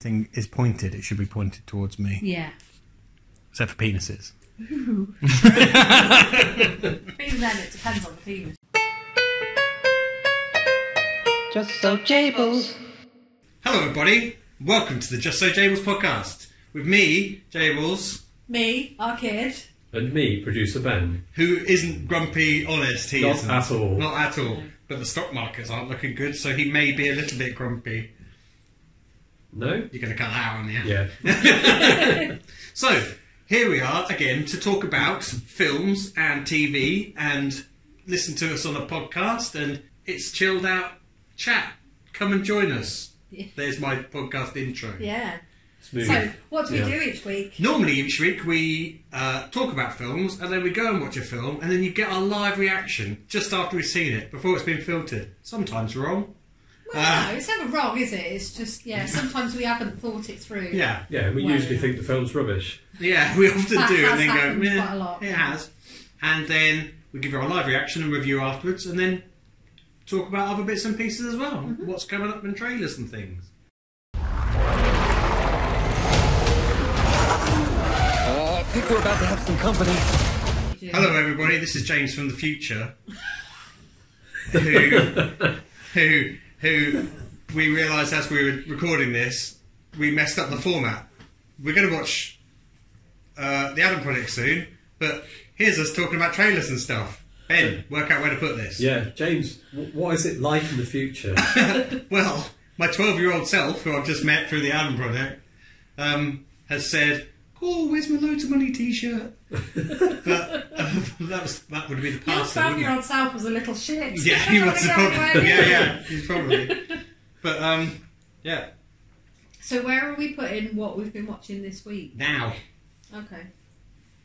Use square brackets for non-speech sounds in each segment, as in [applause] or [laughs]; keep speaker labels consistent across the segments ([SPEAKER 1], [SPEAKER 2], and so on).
[SPEAKER 1] thing is pointed, it should be pointed towards me.
[SPEAKER 2] Yeah.
[SPEAKER 1] Except for
[SPEAKER 3] [laughs]
[SPEAKER 1] penises.
[SPEAKER 2] Even then, it depends on the penis.
[SPEAKER 4] Just so Jables.
[SPEAKER 5] Hello, everybody. Welcome to the Just So Jables podcast with me, Jables,
[SPEAKER 2] Me, our kid.
[SPEAKER 3] And me, producer Ben.
[SPEAKER 5] who isn't grumpy, honest. He
[SPEAKER 3] Not
[SPEAKER 5] isn't
[SPEAKER 3] at all.
[SPEAKER 5] Not at all. But the stock markets aren't looking good, so he may be a little bit grumpy.
[SPEAKER 3] No?
[SPEAKER 5] You're going to cut that out on yeah.
[SPEAKER 3] Yeah.
[SPEAKER 5] So here we are again to talk about films and TV and listen to us on a podcast, and it's chilled out chat. Come and join us.
[SPEAKER 2] Yeah.
[SPEAKER 5] There's my podcast intro.
[SPEAKER 2] Yeah.
[SPEAKER 3] Smooth.
[SPEAKER 2] So, what do we
[SPEAKER 3] Yeah.
[SPEAKER 2] do each week?
[SPEAKER 5] Normally, each week we uh, talk about films and then we go and watch a film and then you get our live reaction just after we've seen it, before it's been filtered. Sometimes wrong. Ah.
[SPEAKER 2] Well, no, it's never wrong, is it? It's just, yeah, sometimes we haven't thought it through.
[SPEAKER 5] Yeah,
[SPEAKER 3] yeah, we
[SPEAKER 2] Well,
[SPEAKER 3] usually
[SPEAKER 2] yeah.
[SPEAKER 3] think the film's rubbish.
[SPEAKER 5] yeah, [laughs] we often
[SPEAKER 2] That
[SPEAKER 5] do
[SPEAKER 2] has
[SPEAKER 5] and then
[SPEAKER 2] happened
[SPEAKER 5] go, "Yeah,
[SPEAKER 2] [laughs] quite a lot."
[SPEAKER 5] it has. And then we give you our live reaction and review afterwards and then talk about other bits and pieces as well.
[SPEAKER 2] Mm-hmm.
[SPEAKER 5] What's coming up in trailers and things.
[SPEAKER 4] I think we're about to have some company.
[SPEAKER 2] We do.
[SPEAKER 5] Hello, everybody. This is James from the
[SPEAKER 2] [laughs]
[SPEAKER 5] future, who, who, who, we realised as we were recording this, we messed up the format. We're going to watch uh, the Adam Project soon, but here's us talking about trailers and stuff. Ben, work out where to put this.
[SPEAKER 3] Yeah, James, w- what is it like in the future?
[SPEAKER 5] Well, my 12 year old self, who I've just met through the Adam Project, um, has said, "Oh, where's my loads of money T-shirt?" but uh, that was that would be the
[SPEAKER 2] Your
[SPEAKER 5] past. then,
[SPEAKER 2] twelve
[SPEAKER 5] wouldn't it?
[SPEAKER 2] year old self was a little shit.
[SPEAKER 5] Yeah,
[SPEAKER 2] [laughs]
[SPEAKER 5] he was
[SPEAKER 2] Don't wanna go
[SPEAKER 5] probably.
[SPEAKER 2] anywhere
[SPEAKER 5] Yeah,
[SPEAKER 2] near. [laughs]
[SPEAKER 5] yeah, he's probably. But um, yeah.
[SPEAKER 2] So, where are we putting what we've been watching this week?
[SPEAKER 5] Now,
[SPEAKER 2] Okay.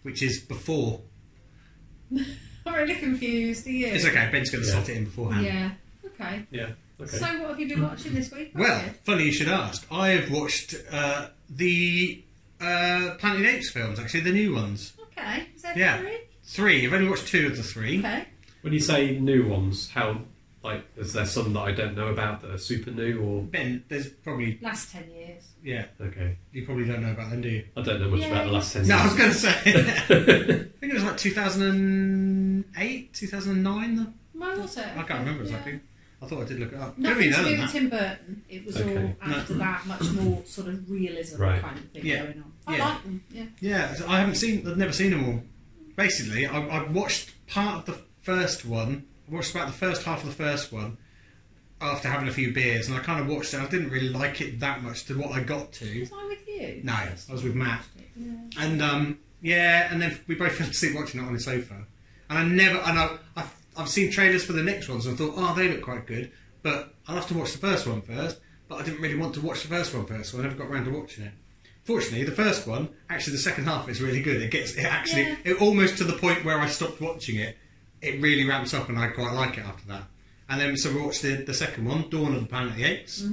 [SPEAKER 5] which is before.
[SPEAKER 2] I'm really confused, are you?
[SPEAKER 5] It's okay. Ben's going to
[SPEAKER 3] Yeah.
[SPEAKER 5] sort it in beforehand.
[SPEAKER 2] Yeah. Okay.
[SPEAKER 3] [laughs] yeah, okay.
[SPEAKER 2] So, what have you been watching this week?
[SPEAKER 5] Mm. Well,
[SPEAKER 2] Richard?
[SPEAKER 5] funny you should ask. I have watched uh, the uh, Planet of the Apes films, actually the new ones.
[SPEAKER 2] Okay. Is that
[SPEAKER 5] Yeah.
[SPEAKER 2] three?
[SPEAKER 5] Three. I've only watched two of the three.
[SPEAKER 2] Okay.
[SPEAKER 3] when you say new ones, how, like, is there some that I don't know about that are super new or.
[SPEAKER 5] Ben, there's probably
[SPEAKER 2] Last ten years.
[SPEAKER 5] yeah.
[SPEAKER 3] Okay.
[SPEAKER 5] You probably don't know about them, do you?
[SPEAKER 3] I don't know much about the last 10
[SPEAKER 5] No, I was
[SPEAKER 3] years.
[SPEAKER 5] going to say. [laughs] I think it was like 2008, 2009.
[SPEAKER 2] Mine was it?
[SPEAKER 5] I can't remember exactly. I thought I did look it up. Could have
[SPEAKER 2] Nothing
[SPEAKER 5] been
[SPEAKER 2] to
[SPEAKER 5] earlier
[SPEAKER 2] do
[SPEAKER 5] than
[SPEAKER 2] with
[SPEAKER 5] that.
[SPEAKER 2] Tim Burton. It was
[SPEAKER 3] Okay.
[SPEAKER 2] all after that, much more sort of realism
[SPEAKER 3] Right.
[SPEAKER 2] kind of thing
[SPEAKER 5] Yeah.
[SPEAKER 2] going on. I
[SPEAKER 5] Yeah.
[SPEAKER 2] like them. Yeah.
[SPEAKER 5] Yeah, so I haven't seen. I've never seen them all. Basically, I, I watched part of the first one. I watched about the first half of the first one after having a few beers, and I kind of watched it. I didn't really like it that much to what I got to.
[SPEAKER 2] Was I with you?
[SPEAKER 5] No, I was with Matt,
[SPEAKER 2] Yeah.
[SPEAKER 5] and um, yeah, and then we both fell asleep watching it on the sofa. And I never, and I, I've, I've seen trailers for the next ones, and I thought, oh, they look quite good, but I'll have to watch the first one first. But I didn't really want to watch the first one first, so I never got round to watching it. Fortunately, the first one, actually, the second half is really good. It gets it actually
[SPEAKER 2] Yeah.
[SPEAKER 5] it almost to the point where I stopped watching it. It really ramps up, and I quite like it after that. And then so we watched the, the second one, Dawn of the Planet of the Apes,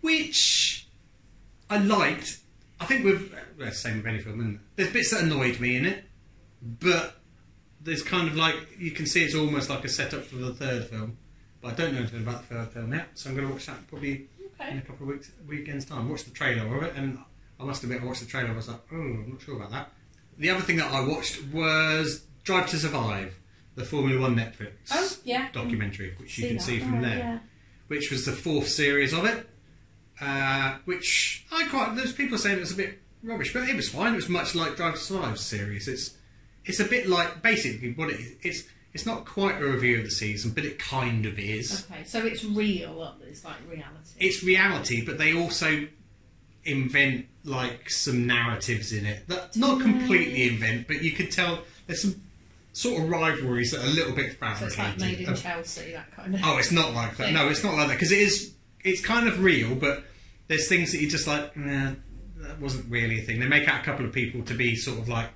[SPEAKER 5] which I liked. I think with well, same with any film, isn't it? There's bits that annoyed me in it, but there's kind of like you can see it's almost like a setup for the third film. But I don't know anything about the third film yet, so I'm going to watch that probably in a
[SPEAKER 2] Okay.
[SPEAKER 5] couple of weeks, weekends time. Watched the trailer of it, and I must admit, I watched the trailer. I was like, oh, I'm not sure about that. The other thing that I watched was Drive to Survive, the Formula One Netflix
[SPEAKER 2] Oh, yeah.
[SPEAKER 5] documentary, which you can
[SPEAKER 2] that.
[SPEAKER 5] see from
[SPEAKER 2] Alright,
[SPEAKER 5] there, which was the fourth series of it. Uh, which I quite. There's people saying it was a bit rubbish, but it was fine. It was much like Drive to Survive series. It's it's a bit like basically what it is. It's it's not quite a review of the season, but it kind of is
[SPEAKER 2] Yeah. Okay. So it's real. It's like reality.
[SPEAKER 5] it's reality, but they also invent like some narratives in it that not completely invent, but you could tell there's some sort of rivalries that are a little bit
[SPEAKER 2] so
[SPEAKER 5] fabricated.
[SPEAKER 2] it's like made in
[SPEAKER 5] Um,
[SPEAKER 2] Chelsea, that kind of.
[SPEAKER 5] oh, it's not like that. No, it's not like that because it is. It's kind of real, but there's things that you're just like, nah, that wasn't really a thing. They make out a couple of people to be sort of like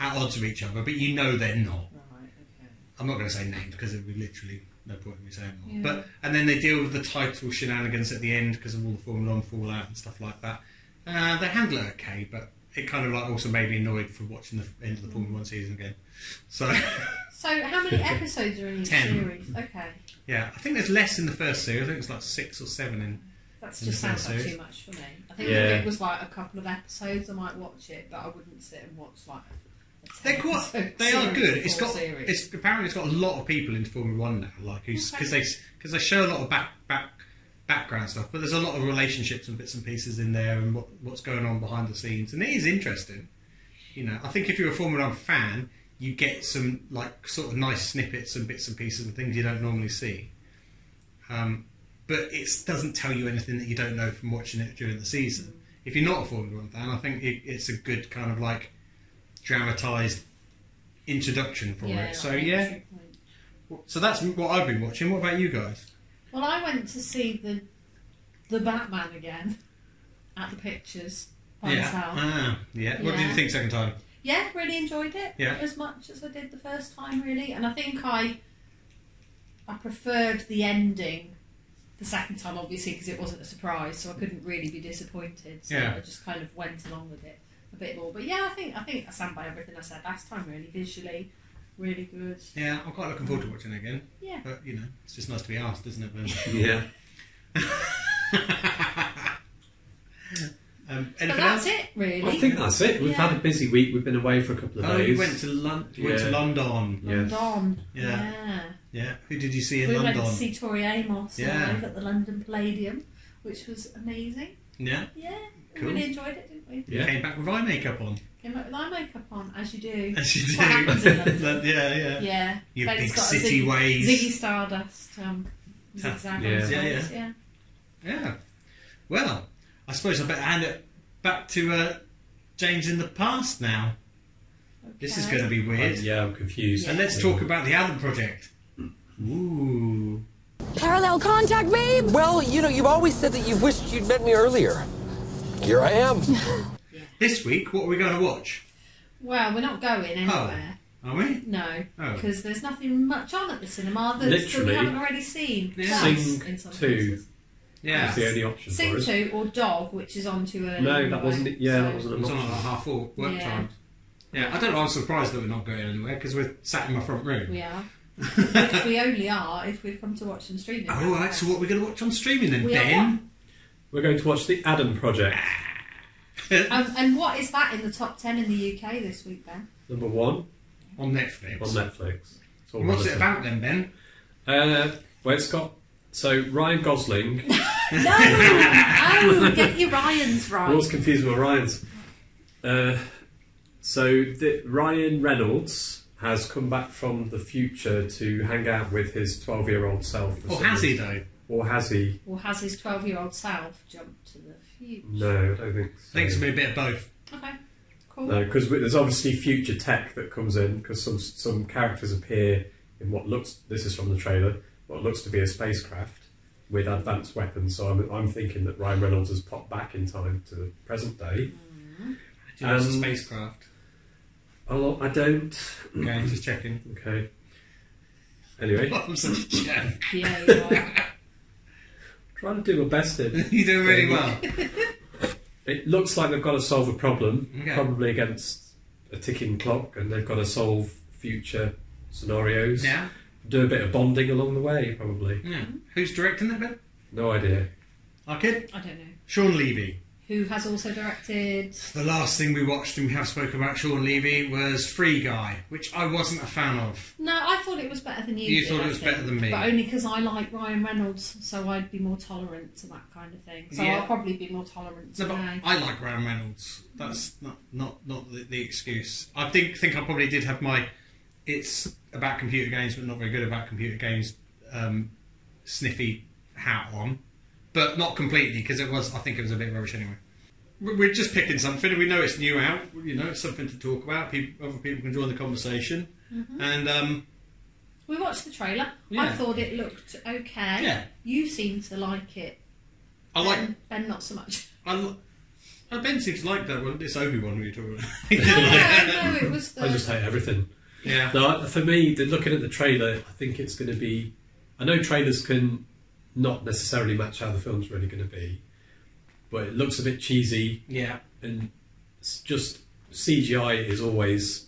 [SPEAKER 5] at odds with each other, but you know they're not.
[SPEAKER 2] Right. Okay.
[SPEAKER 5] I'm not going to say names because it would be literally no point in me saying more.
[SPEAKER 2] Yeah.
[SPEAKER 5] But and then they deal with the title shenanigans at the end because of all the Formula One fallout and stuff like that. Uh, they handle it okay, but it kind of like also made me annoyed for watching the end of the Formula One season again. So [laughs]
[SPEAKER 2] So how
[SPEAKER 3] [laughs]
[SPEAKER 2] many episodes are in each
[SPEAKER 5] Ten.
[SPEAKER 2] series? Okay.
[SPEAKER 5] yeah, I think there's less in the first series. I think it's like six or seven in
[SPEAKER 2] That
[SPEAKER 1] in the
[SPEAKER 2] just sounds
[SPEAKER 1] same
[SPEAKER 2] like
[SPEAKER 1] series.
[SPEAKER 2] too much for me. I think
[SPEAKER 3] Yeah.
[SPEAKER 2] if it was like a couple of episodes, I might watch it, but I wouldn't sit and watch like. a
[SPEAKER 5] They're
[SPEAKER 2] 10
[SPEAKER 5] quite.
[SPEAKER 2] episode
[SPEAKER 5] They are
[SPEAKER 2] series
[SPEAKER 5] good.
[SPEAKER 2] or
[SPEAKER 5] It's got.
[SPEAKER 2] series.
[SPEAKER 5] It's apparently it's got a lot of people into Formula One now, like because they because they show a lot of back back background stuff. But there's a lot of relationships and bits and pieces in there, and what, what's going on behind the scenes, and it is interesting. You know, I think if you're a Formula One fan, you get some like sort of nice snippets and bits and pieces and things you don't normally see. Um, but it doesn't tell you anything that you don't know from watching it during the season. If you're not a Formula One fan, I think it, it's a good kind of like dramatized introduction for
[SPEAKER 2] Yeah,
[SPEAKER 5] it. So
[SPEAKER 2] like
[SPEAKER 5] yeah,
[SPEAKER 2] entry point.
[SPEAKER 5] so that's what I've been watching. What about you guys?
[SPEAKER 2] Well, I went to see the the Batman again at the pictures by
[SPEAKER 5] yeah,
[SPEAKER 2] myself.
[SPEAKER 5] Ah, yeah. What did you
[SPEAKER 2] Yeah.
[SPEAKER 5] think second time?
[SPEAKER 2] yeah, really enjoyed it
[SPEAKER 5] Yeah.
[SPEAKER 2] as much as I did the first time, really. And I think I I preferred the ending the second time, obviously, because it wasn't a surprise, so I couldn't really be disappointed. So
[SPEAKER 5] Yeah.
[SPEAKER 2] I just kind of went along with it a bit more. But yeah, I think I think I stand by everything I said last time. Really, visually, really good.
[SPEAKER 5] Yeah, I'm quite looking forward to watching it again.
[SPEAKER 2] Yeah.
[SPEAKER 5] But you know, it's just nice to be asked, isn't it?
[SPEAKER 2] [laughs]
[SPEAKER 5] Ben?
[SPEAKER 3] Yeah.
[SPEAKER 5] [laughs] um,
[SPEAKER 2] But
[SPEAKER 5] anything else?
[SPEAKER 2] that's it, really.
[SPEAKER 3] I think that's it. We've
[SPEAKER 2] Yeah.
[SPEAKER 3] had a busy week. We've been away for a couple of
[SPEAKER 5] Oh,
[SPEAKER 3] days.
[SPEAKER 5] you went to Lon- you went to
[SPEAKER 3] Yeah.
[SPEAKER 5] London.
[SPEAKER 3] Yes.
[SPEAKER 2] London.
[SPEAKER 5] Yeah.
[SPEAKER 2] yeah.
[SPEAKER 5] Yeah. Who did you see in
[SPEAKER 2] we
[SPEAKER 5] London?
[SPEAKER 2] went to see Tori Amos
[SPEAKER 5] Yeah.
[SPEAKER 2] live at the London Palladium, which was amazing.
[SPEAKER 5] yeah.
[SPEAKER 2] Yeah,
[SPEAKER 5] Cool.
[SPEAKER 2] we really enjoyed it, didn't we?
[SPEAKER 3] Yeah.
[SPEAKER 5] Came back with eye makeup on. [laughs]
[SPEAKER 2] Came up with eye makeup on, as you do.
[SPEAKER 5] As you
[SPEAKER 2] What happens in
[SPEAKER 5] [laughs] do.
[SPEAKER 2] London.
[SPEAKER 5] yeah, yeah.
[SPEAKER 2] yeah.
[SPEAKER 5] Your
[SPEAKER 2] Ben's
[SPEAKER 5] big
[SPEAKER 2] got a
[SPEAKER 5] city
[SPEAKER 2] Zig-
[SPEAKER 5] ways.
[SPEAKER 2] Ziggy Stardust. Um,
[SPEAKER 5] Yeah.
[SPEAKER 2] zigzag
[SPEAKER 3] Yeah.
[SPEAKER 2] on
[SPEAKER 5] Yeah,
[SPEAKER 2] stage, yeah.
[SPEAKER 5] Yeah. Well, I suppose I better hand it back to uh, James in the past now. This is
[SPEAKER 2] Okay.
[SPEAKER 5] going to be
[SPEAKER 3] Uh,
[SPEAKER 5] weird.
[SPEAKER 3] yeah, I'm confused.
[SPEAKER 5] And let's talk about the Adam Project. Ooh.
[SPEAKER 6] Parallel contact, babe!
[SPEAKER 7] Well, you know, you've always said that you wished you'd met me earlier. Here I am.
[SPEAKER 5] This week, what are we going to watch?
[SPEAKER 2] Well, we're not going anywhere.
[SPEAKER 5] Are we?
[SPEAKER 2] No,
[SPEAKER 5] Oh.
[SPEAKER 2] because there's nothing much on at the cinema that, that we
[SPEAKER 3] Literally,
[SPEAKER 2] haven't already seen.
[SPEAKER 5] Yeah.
[SPEAKER 2] Plus,
[SPEAKER 3] Sing
[SPEAKER 2] in some
[SPEAKER 3] two.
[SPEAKER 2] cases.
[SPEAKER 3] That's the only option
[SPEAKER 2] Sing
[SPEAKER 3] for us.
[SPEAKER 2] 2 or Dog, which is on too early.
[SPEAKER 3] No,
[SPEAKER 2] anyway,
[SPEAKER 3] that wasn't it. Yeah,
[SPEAKER 2] so-
[SPEAKER 3] that wasn't
[SPEAKER 5] It
[SPEAKER 3] an
[SPEAKER 5] was on at
[SPEAKER 3] option.
[SPEAKER 5] like half four work
[SPEAKER 2] Yeah.
[SPEAKER 5] times. Yeah, I don't know. I'm surprised that we're not going anywhere because we're sat in my front [laughs] room.
[SPEAKER 2] We are. Which we only are if we come to watch some streaming.
[SPEAKER 5] All right, so what are we going Oh, to watch on streaming then,
[SPEAKER 2] We are
[SPEAKER 5] Ben?
[SPEAKER 3] We're going to watch the Adam Project.
[SPEAKER 2] Um, and what is that in the top 10 in the UK this week,
[SPEAKER 5] [laughs]
[SPEAKER 2] Ben?
[SPEAKER 3] Number one
[SPEAKER 5] On Netflix.
[SPEAKER 3] on Netflix. It's all
[SPEAKER 5] And What's it
[SPEAKER 3] relative.
[SPEAKER 5] about then, Ben?
[SPEAKER 3] Uh, well, it's got so Ryan Gosling.
[SPEAKER 5] [laughs]
[SPEAKER 2] No! oh, get your Ryan's right.
[SPEAKER 3] I was confused with Ryan's. Uh, so the, Ryan Reynolds has come back from the future to hang out with his 12-year-old self. for
[SPEAKER 5] Or
[SPEAKER 3] some
[SPEAKER 5] has he
[SPEAKER 3] reason.
[SPEAKER 5] though?
[SPEAKER 3] Or has he?
[SPEAKER 2] Or has his 12 year old self jumped to the future?
[SPEAKER 3] No, I don't think.
[SPEAKER 5] I
[SPEAKER 3] So.
[SPEAKER 5] think it's going to be a bit of both.
[SPEAKER 2] Okay, cool.
[SPEAKER 3] No, because Uh, there's obviously future tech that comes in because some some characters appear in what looks this is from the trailer what looks to be a spacecraft with advanced weapons. So I'm, I'm thinking that Ryan Reynolds has popped back in time to the present day.
[SPEAKER 5] Do you know it's a
[SPEAKER 3] Um,
[SPEAKER 5] spacecraft?
[SPEAKER 3] Oh, I don't.
[SPEAKER 5] Okay, just checking.
[SPEAKER 3] Okay. Anyway,
[SPEAKER 5] [laughs] I'm such a jerk.
[SPEAKER 2] Yeah, you are.
[SPEAKER 3] trying to do my
[SPEAKER 5] [laughs]
[SPEAKER 3] best here.
[SPEAKER 5] [laughs]
[SPEAKER 3] Um,
[SPEAKER 5] You're doing really [laughs] well.
[SPEAKER 3] It looks like they've got to solve a problem,
[SPEAKER 5] Okay.
[SPEAKER 3] probably against a ticking clock, and they've got to solve future scenarios.
[SPEAKER 5] Yeah.
[SPEAKER 3] Do a bit of bonding along the way, probably.
[SPEAKER 5] Yeah. Who's directing that bit?
[SPEAKER 3] No idea.
[SPEAKER 5] Our kid?
[SPEAKER 2] I don't know.
[SPEAKER 5] Sean Levy.
[SPEAKER 2] Who has also directed.
[SPEAKER 5] The last thing we watched and we have spoken about Sean Levy was Free Guy, which I wasn't a fan of.
[SPEAKER 2] No, I thought it was better than you.
[SPEAKER 5] You
[SPEAKER 2] did,
[SPEAKER 5] thought it
[SPEAKER 2] I
[SPEAKER 5] was
[SPEAKER 2] think.
[SPEAKER 5] better than me.
[SPEAKER 2] But only because I like Ryan Reynolds, so I'd be more tolerant to that kind of thing. So
[SPEAKER 5] Yeah.
[SPEAKER 2] I'll probably be more tolerant
[SPEAKER 5] No,
[SPEAKER 2] today.
[SPEAKER 5] but I like Ryan Reynolds. That's not not not the, the excuse. I think think I probably did have my it's about computer games, but not very good about computer games. Um, sniffy hat on, but not completely because it was. I think it was a bit rubbish anyway. We- We're just picking something. We know it's new out. You know, it's something to talk about. People, other people can join the conversation, and um,
[SPEAKER 2] We watched the trailer.
[SPEAKER 5] Yeah.
[SPEAKER 2] I thought it looked okay.
[SPEAKER 5] Yeah.
[SPEAKER 2] You seem to like it.
[SPEAKER 5] I like.
[SPEAKER 2] Ben, Ben not
[SPEAKER 5] [laughs]
[SPEAKER 2] so much.
[SPEAKER 5] I, li- oh, Ben seems to like that one. It's Obi Wan we were talking
[SPEAKER 2] no,
[SPEAKER 5] about. [laughs]
[SPEAKER 2] no, no, it was the.
[SPEAKER 3] I just hate everything.
[SPEAKER 5] yeah.
[SPEAKER 3] No, I- for me, the, looking at the trailer, I think it's going to be. I know trailers can not necessarily match how the film's really going to be, but it looks a bit cheesy
[SPEAKER 5] Yeah.
[SPEAKER 3] and it's just CGI is always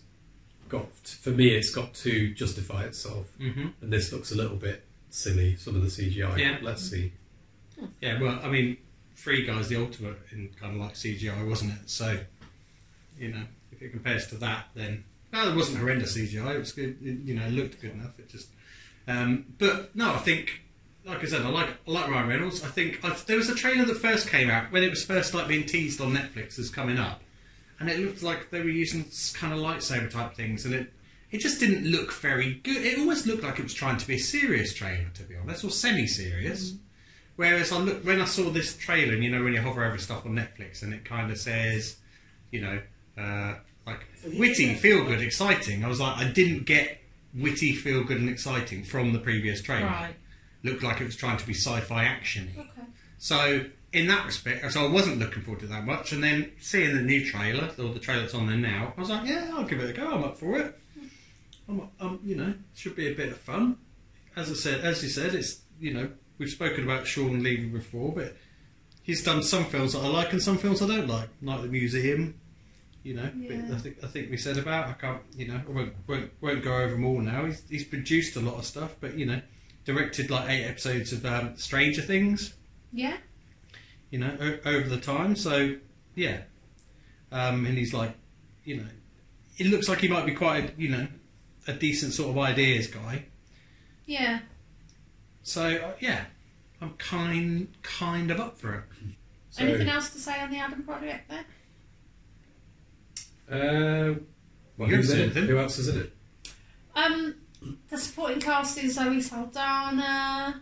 [SPEAKER 3] got. For me, it's got to justify itself,
[SPEAKER 5] Mhm.
[SPEAKER 3] and this looks a little bit silly. Some of the CGI.
[SPEAKER 5] Yeah.
[SPEAKER 3] Let's see.
[SPEAKER 5] Yeah, well, I mean, Free Guy's the ultimate in kind of like CGI, wasn't it? So, you know, if it compares to that, then no, it wasn't horrendous CGI. It was good. It, you know, it looked good enough. It just, um, but no, I think, like I said, I like I like Ryan Reynolds. I think I, there was a trailer that first came out when it was first like being teased on Netflix as coming up, and it looked like they were using kind of lightsaber type things, and it. It just didn't look very good. It almost looked like it was trying to be a serious trailer, to be honest, or semi-serious. Whereas I look when I saw this trailer, and you know when you hover over stuff on Netflix, and it kind of says, you know, uh, like witty, feel good, exciting. I was like, I didn't get witty, feel good, and exciting from the previous trailer.
[SPEAKER 2] Right.
[SPEAKER 5] Looked like it was trying to be sci-fi actiony.
[SPEAKER 2] Okay.
[SPEAKER 5] So in that respect, so I wasn't looking forward to that much. And then seeing the new trailer or the trailer that's on there now, I was like, yeah, I'll give it a go. I'm up for it.
[SPEAKER 2] Hmm.
[SPEAKER 5] I'm, um, you know, should be a bit of fun. As I said, as you said, it's you know we've spoken about Sean Levy before, but he's done some films that I like and some films I don't like, like The Museum. You know, but
[SPEAKER 2] Yeah.
[SPEAKER 5] I think I think we said about I can't you know I won't won't, won't go over them all now. He's, he's produced a lot of stuff, but you know, directed like eight episodes of um, Stranger Things
[SPEAKER 2] Yeah.
[SPEAKER 5] you know, o- over the time. So, yeah. Um, and he's like, you know, it looks like he might be quite, a, you know, a decent sort of ideas guy.
[SPEAKER 2] Yeah.
[SPEAKER 5] So, uh, yeah, I'm kind kind of up for it.
[SPEAKER 3] So,
[SPEAKER 2] Anything else to say on the Adam project there?
[SPEAKER 3] Uh, well,
[SPEAKER 5] You haven't
[SPEAKER 3] who's in
[SPEAKER 5] said
[SPEAKER 3] it?
[SPEAKER 5] anything.
[SPEAKER 3] Who else is in it?
[SPEAKER 2] Um, the supporting cast is Zoe Saldana,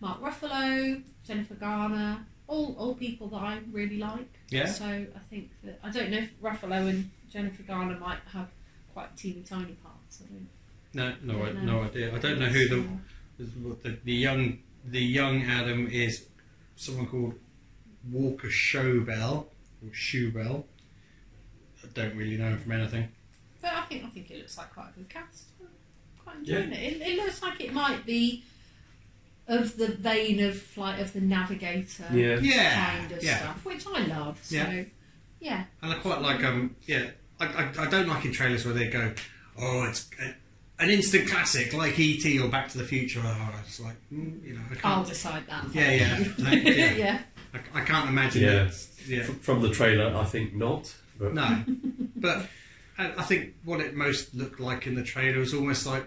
[SPEAKER 2] Mark Ruffalo, Jennifer Garner, all all people that I really like.
[SPEAKER 5] Yeah.
[SPEAKER 2] So I think that I don't know if Ruffalo and Jennifer Garner might have quite teeny tiny parts. I don't
[SPEAKER 5] No, no, I,
[SPEAKER 2] No.
[SPEAKER 5] no idea. I don't know who the, the the young the young Adam is. Someone called Walker Showbell or Shoebell. I don't really know him from anything.
[SPEAKER 2] But I think I think it looks like quite a good cast. I'm quite enjoying it. it. It looks like it might be of the vein of like of the Navigator
[SPEAKER 5] Yeah,
[SPEAKER 2] kind of
[SPEAKER 5] yeah.
[SPEAKER 2] stuff, which I love. So
[SPEAKER 5] Yeah.
[SPEAKER 2] yeah.
[SPEAKER 5] And I quite like um yeah I, I, I don't like in trailers where they go oh it's a, an instant classic like ET or Back to the Future. Oh, it's like mm, you know I
[SPEAKER 2] I'll
[SPEAKER 5] can't
[SPEAKER 2] decide that.
[SPEAKER 5] yeah yeah Like, yeah,
[SPEAKER 2] yeah. [laughs] yeah.
[SPEAKER 5] I, I can't imagine
[SPEAKER 3] Yeah.
[SPEAKER 5] it. Yeah,
[SPEAKER 3] F- From the trailer, I think not. But
[SPEAKER 5] no, [laughs] but I, I think what it most looked like in the trailer was almost like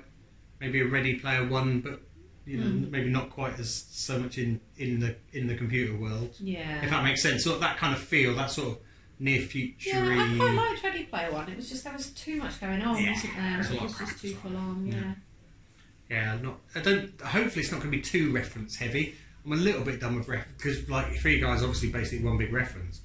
[SPEAKER 5] maybe a Ready Player One, but you know
[SPEAKER 2] Hmm.
[SPEAKER 5] maybe not quite as so much in in the in the computer world. If that makes sense, sort of that kind of feel, that sort of near future.
[SPEAKER 2] Yeah, I quite liked Ready Player One. It was just there was too much going on,
[SPEAKER 5] Yeah,
[SPEAKER 2] wasn't there?
[SPEAKER 5] there was a
[SPEAKER 2] It
[SPEAKER 5] lot
[SPEAKER 2] was
[SPEAKER 5] of
[SPEAKER 2] just
[SPEAKER 5] crap
[SPEAKER 2] too
[SPEAKER 5] as
[SPEAKER 2] full on. Yeah.
[SPEAKER 5] Yeah. Yeah, not. I don't. Hopefully, it's not going to be too reference heavy. I'm a little bit done with reference because, like, Free Guy's obviously basically one big reference.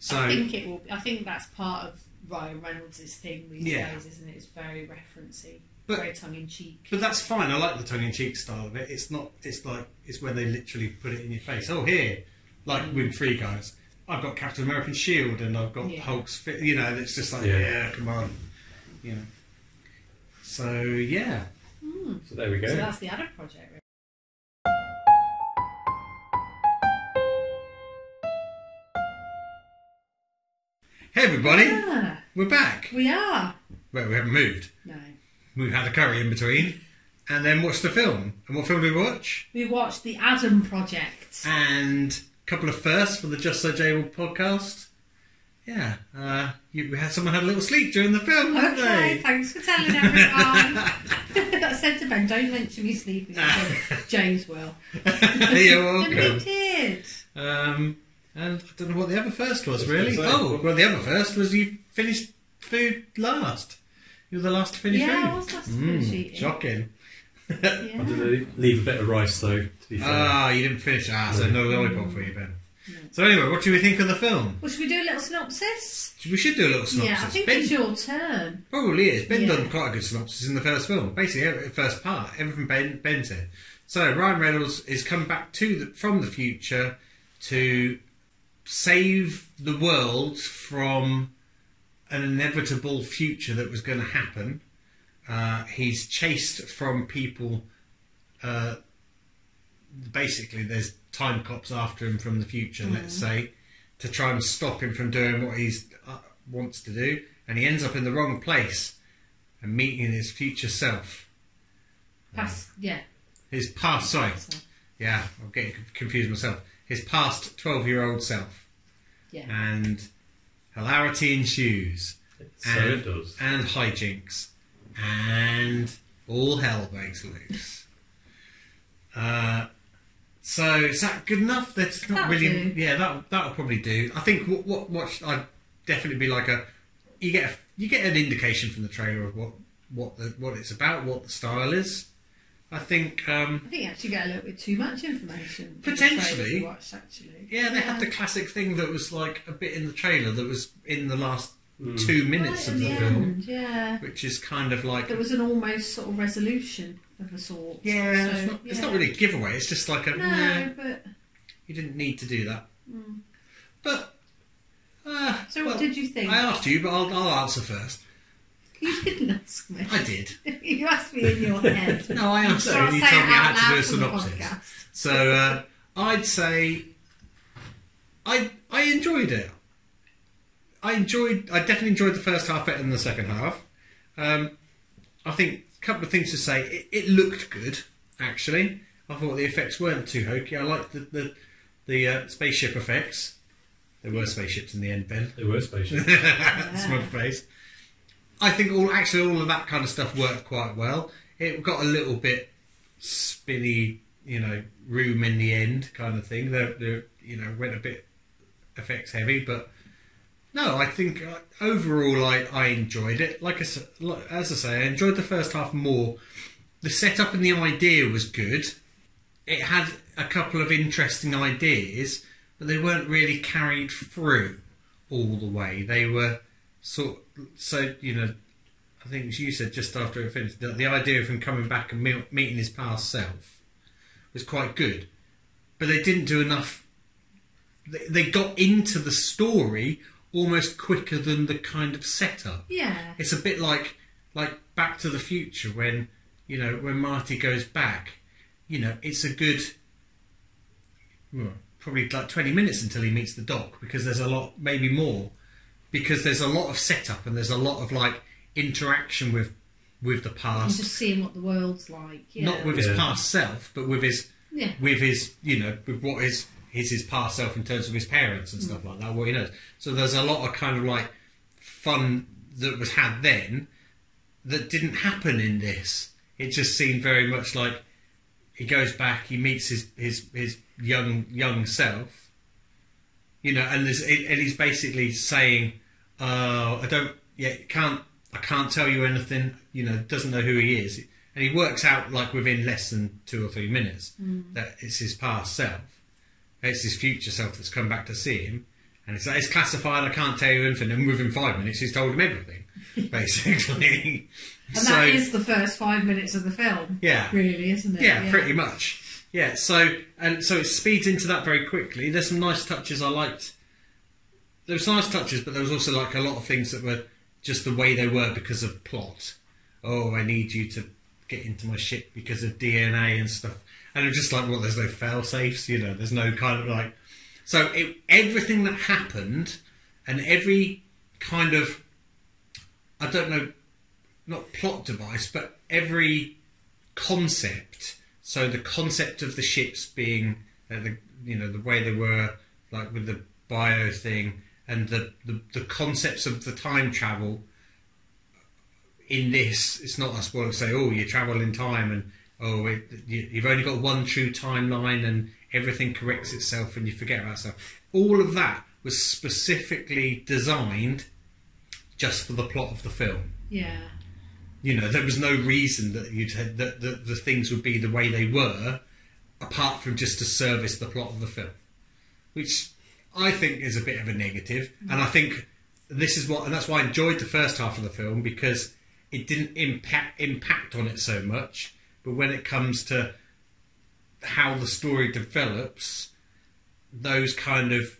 [SPEAKER 5] So
[SPEAKER 2] I think it will. Be, I think that's part of Ryan Reynolds' thing these
[SPEAKER 5] Yeah.
[SPEAKER 2] days, isn't it? It's very referencey,
[SPEAKER 5] But-
[SPEAKER 2] very tongue in cheek.
[SPEAKER 5] But that's fine. I like the tongue in cheek style of it. It's not. It's like it's where they literally put it in your face. Oh, here, like with Free Guys, I've got Captain American shield and I've got
[SPEAKER 2] Yeah.
[SPEAKER 5] Hulk's. Fit, you know, it's just like yeah.
[SPEAKER 3] Yeah.
[SPEAKER 5] come on, you know. So yeah,
[SPEAKER 3] so there we go.
[SPEAKER 2] So that's the Adam project. Really.
[SPEAKER 5] hey everybody,
[SPEAKER 2] Ah,
[SPEAKER 5] we're back.
[SPEAKER 2] we are.
[SPEAKER 5] Well, we haven't moved.
[SPEAKER 2] No,
[SPEAKER 5] We've had a curry in between, and then watched the film. And what film did we watch?
[SPEAKER 2] we watched the Adam project.
[SPEAKER 5] and a couple of firsts for the Just So Jable podcast. Yeah, uh, you, we had someone had a little sleep during the film, didn't
[SPEAKER 2] Okay,
[SPEAKER 5] they?
[SPEAKER 2] thanks for
[SPEAKER 5] [laughs]
[SPEAKER 2] telling everyone. [laughs] That's said to Ben, don't mention me sleeping.
[SPEAKER 5] [laughs]
[SPEAKER 2] James will.
[SPEAKER 5] You're
[SPEAKER 2] And
[SPEAKER 5] welcome.
[SPEAKER 2] he did.
[SPEAKER 5] Um, and I don't know what the other first was really.
[SPEAKER 3] say.
[SPEAKER 5] Oh, well, the other first was you finished food last. You were the last to finish
[SPEAKER 2] Yeah, I
[SPEAKER 5] food.
[SPEAKER 2] was last finish eating.
[SPEAKER 5] Shocking.
[SPEAKER 3] I
[SPEAKER 2] Yeah.
[SPEAKER 3] did leave a bit of rice though. To be fair,
[SPEAKER 5] Ah, you didn't finish. Ah, so no lollipop for you, Ben. So anyway, what do we think of the film?
[SPEAKER 2] Well, should we do a little synopsis?
[SPEAKER 5] We should do a little synopsis.
[SPEAKER 2] Yeah, I think
[SPEAKER 5] Ben,
[SPEAKER 2] it's your turn.
[SPEAKER 5] Probably is. Ben
[SPEAKER 2] Yeah.
[SPEAKER 5] done quite a good synopsis in the first film. Basically, every, first part, everything Ben Ben said. So Ryan Reynolds is come back to the, from the future to save the world from an inevitable future that was going to happen. Uh, he's chased from people. Uh, basically, there's time cops after him from the future. Let's say to try and stop him from doing what he uh, wants to do, and he ends up in the wrong place and meeting his future self,
[SPEAKER 2] Pass. Yeah.
[SPEAKER 5] his past, sorry, Yeah, I'm getting conf- confused myself. His past 12 year old self.
[SPEAKER 2] Yeah.
[SPEAKER 5] And hilarity ensues.
[SPEAKER 3] So
[SPEAKER 5] and,
[SPEAKER 3] it does.
[SPEAKER 5] And hijinks. And all hell breaks loose. uh, so is that good enough? That's not
[SPEAKER 2] That'll
[SPEAKER 5] really.
[SPEAKER 2] do.
[SPEAKER 5] Yeah, that that'll probably do. I think what what what I'd definitely be like a. You get a, you get an indication from the trailer of what what the, what it's about, what the style is. I think. um
[SPEAKER 2] I think you actually get a little bit too much information. for the
[SPEAKER 5] Potentially.
[SPEAKER 2] trailer you watched, actually.
[SPEAKER 5] Yeah, they had the classic thing that was like a bit in the trailer that was in the last two minutes
[SPEAKER 2] Right
[SPEAKER 5] of
[SPEAKER 2] at
[SPEAKER 5] the,
[SPEAKER 2] the
[SPEAKER 5] film,
[SPEAKER 2] end, yeah.
[SPEAKER 5] which is kind of like
[SPEAKER 2] There was an almost sort of resolution of a sort.
[SPEAKER 5] yeah,
[SPEAKER 2] So,
[SPEAKER 5] it's, not, it's not
[SPEAKER 2] yeah.
[SPEAKER 5] really a giveaway. It's just like a
[SPEAKER 2] No, but
[SPEAKER 5] you didn't need to do that. But uh,
[SPEAKER 2] Mm. So what
[SPEAKER 5] well,
[SPEAKER 2] did you think?
[SPEAKER 5] I asked you, but I'll, I'll answer first.
[SPEAKER 2] you didn't ask me.
[SPEAKER 5] I did.
[SPEAKER 2] [laughs] you asked me
[SPEAKER 5] [laughs]
[SPEAKER 2] in your head.
[SPEAKER 5] No, I answered.
[SPEAKER 2] I'll
[SPEAKER 5] and you
[SPEAKER 2] say
[SPEAKER 5] told
[SPEAKER 2] it
[SPEAKER 5] me I had
[SPEAKER 2] out
[SPEAKER 5] to do a
[SPEAKER 2] loud for the
[SPEAKER 5] synopsis.
[SPEAKER 2] podcast.
[SPEAKER 5] So uh, I'd say I I enjoyed it. I enjoyed. I definitely enjoyed the first half better than the second half. Um, I think a couple of things to say. It, it looked good, actually. I thought the effects weren't too hokey. I liked the the, the uh, spaceship effects. There were spaceships in the end, Ben.
[SPEAKER 3] They were spaceships.
[SPEAKER 5] That's my phrase. I think all actually all of that kind of stuff worked quite well. It got a little bit spinny, you know, room in the end kind of thing. They, they you know, went a bit effects heavy, but no, I think uh, overall I, I enjoyed it. Like I, s- li- as I say, I enjoyed the first half more. The setup and the idea was good. It had a couple of interesting ideas, but they weren't really carried through all the way. They were sort so you know. I think as you said just after it finished that the idea of him coming back and me- meeting his past self was quite good, but they didn't do enough. They, they got into the story almost quicker than the kind of setup.
[SPEAKER 2] Yeah.
[SPEAKER 5] It's a bit like like Back to the Future when you know when Marty goes back. You know, it's a good well, probably like twenty minutes until he meets the doc because there's a lot, maybe more, because there's a lot of setup and there's a lot of like interaction with with the
[SPEAKER 2] I'm
[SPEAKER 5] past,
[SPEAKER 2] just seeing what the world's like. Yeah.
[SPEAKER 5] not with his
[SPEAKER 3] Yeah.
[SPEAKER 5] past self, but with his
[SPEAKER 2] Yeah.
[SPEAKER 5] with his you know with what is his his past self in terms of his parents and
[SPEAKER 2] Mm.
[SPEAKER 5] stuff like that what he knows so there's a lot of kind of like fun that was had then that didn't happen in this it just seemed very much like he goes back he meets his his his young young self you know and there's and he's basically saying uh i don't yeah can't i can't tell you anything you know doesn't know who he is and he works out like within less than two or three minutes
[SPEAKER 2] Mm.
[SPEAKER 5] that it's his past self it's his future self that's come back to see him and it's like it's classified i can't tell you anything and within five minutes he's told him
[SPEAKER 2] [laughs]
[SPEAKER 5] everything basically
[SPEAKER 2] And that is the first five minutes of the film.
[SPEAKER 5] Yeah.
[SPEAKER 2] Really, isn't it?
[SPEAKER 5] yeah, pretty much. Yeah, so and so it speeds into that very quickly. There's some nice touches I liked. There was some nice touches, but there was also like a lot of things that were just the way they were because of plot. Oh, I need you to get into my ship because of DNA and stuff. And it was just like, well, there's no fail safes, you know. There's no kind of like. So it, everything that happened and every kind of, I don't know, not plot device, but every concept. So the concept of the ships being uh, the you know the way they were like with the bio thing and the, the the concepts of the time travel in this it's not I spoiler to say oh you travel in time and oh it, you, you've only got one true timeline and everything corrects itself and you forget about stuff all of that was specifically designed just for the plot of the film
[SPEAKER 2] Yeah.
[SPEAKER 5] you know there was no reason that you'd had, that, that the things would be the way they were apart from just to service the plot of the film which i think is a bit of a negative and i think this is what and that's why i enjoyed the first half of the film because it didn't impact impact on it so much but when it comes to how the story develops those kind of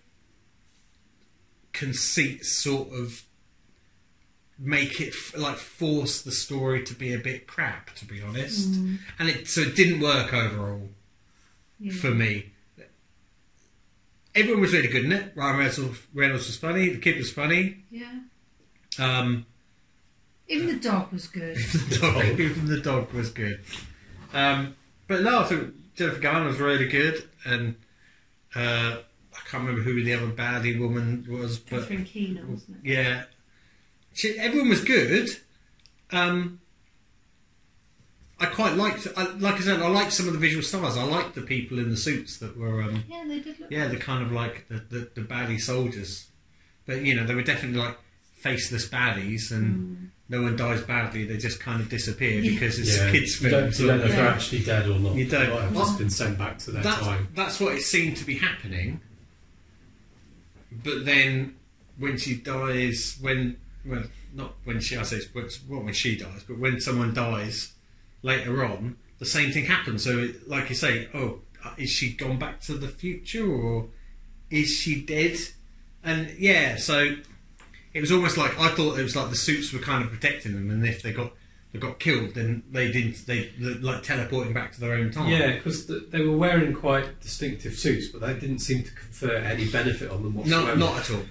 [SPEAKER 5] conceits sort of make it f- like force the story to be a bit crap to be honest and it so it didn't work overall for me everyone was really good in it ryan reynolds, reynolds was funny the kid was funny [laughs]
[SPEAKER 2] Yeah.
[SPEAKER 5] um
[SPEAKER 2] Even the
[SPEAKER 5] [laughs]
[SPEAKER 2] dog was good.
[SPEAKER 5] the dog even the dog was good um but no i think Jennifer Garner was really good, and uh, I can't remember who the other baddie woman was, but
[SPEAKER 2] Catherine Keener, wasn't it?
[SPEAKER 5] yeah, she, everyone was good. Um, I quite liked, I, like I said, I liked some of the visual styles. I liked the people in the suits that were, um,
[SPEAKER 2] Yeah, they did look.
[SPEAKER 5] yeah, the kind of like the, the, the baddie soldiers, but you know, they were definitely like faceless baddies, and no one dies badly. They just kind of disappear because [laughs] it's a kids'
[SPEAKER 3] you
[SPEAKER 5] film.
[SPEAKER 3] don't, you
[SPEAKER 5] so-
[SPEAKER 3] don't know if they're actually dead or not.
[SPEAKER 5] You don't.
[SPEAKER 3] They might have
[SPEAKER 5] Well,
[SPEAKER 3] just been sent back to their
[SPEAKER 5] that's,
[SPEAKER 3] time.
[SPEAKER 5] that's what it seemed to be happening. But then when she dies, when well, not when she I say it's it's not when she dies, but when someone dies later on, the same thing happens. So, it, like you say, oh, is she gone back to the future or is she dead? And yeah, so it was almost like I thought it was like the suits were kind of protecting them, and if they got they got killed, then they didn't they like teleporting back to their own time.
[SPEAKER 3] Yeah, because th they were wearing quite distinctive suits, but that didn't seem to confer any benefit on them
[SPEAKER 5] no,
[SPEAKER 3] whatsoever.
[SPEAKER 5] not at all.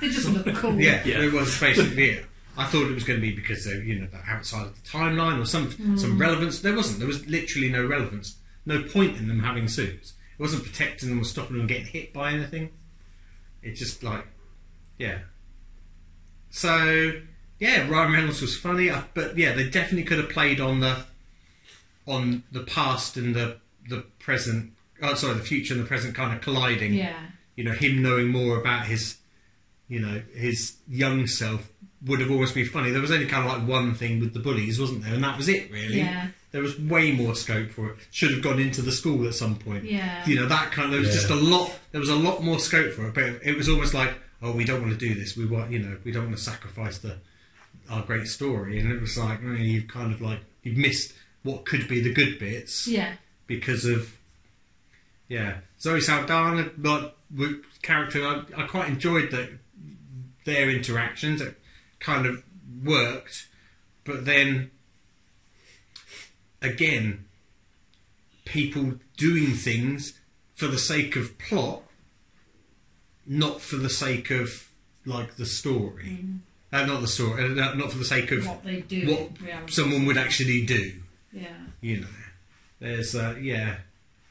[SPEAKER 2] They
[SPEAKER 5] [laughs]
[SPEAKER 2] just look cool.
[SPEAKER 5] Yeah,
[SPEAKER 3] Yeah.
[SPEAKER 5] it was basically it. I thought it was going to be because they, you know, they're outside of the timeline or some some relevance. There wasn't. There was literally no relevance. No point in them having suits. It wasn't protecting them or stopping them getting hit by anything. It's just like, yeah. So yeah, Ryan Reynolds was funny, I- but yeah, they definitely could have played on the on the past and the the present. Oh, sorry, the future and the present kind of colliding
[SPEAKER 2] Yeah.
[SPEAKER 5] you know him knowing more about his you know his young self would have always been funny there was only kind of like one thing with the bullies wasn't there and that was it really
[SPEAKER 2] Yeah.
[SPEAKER 5] there was way more scope for it should have gone into the school at some point
[SPEAKER 2] Yeah.
[SPEAKER 5] you know that kind of there was
[SPEAKER 3] Yeah.
[SPEAKER 5] just a lot there was a lot more scope for it but it was almost like oh we don't want to do this we want you know we don't want to sacrifice the our great story and it was like you know, you've kind of like you've missed what could be the good bits
[SPEAKER 2] Yeah.
[SPEAKER 5] because of yeah Zoe Saldana but with character I, I quite enjoyed that their interactions it kind of worked but then again people doing things for the sake of plot not for the sake of like the story uh, not the story uh, not not for the sake of
[SPEAKER 2] Mm. What they do
[SPEAKER 5] what
[SPEAKER 2] in reality.
[SPEAKER 5] someone would actually do
[SPEAKER 2] Yeah.
[SPEAKER 5] you know, there's uh, yeah,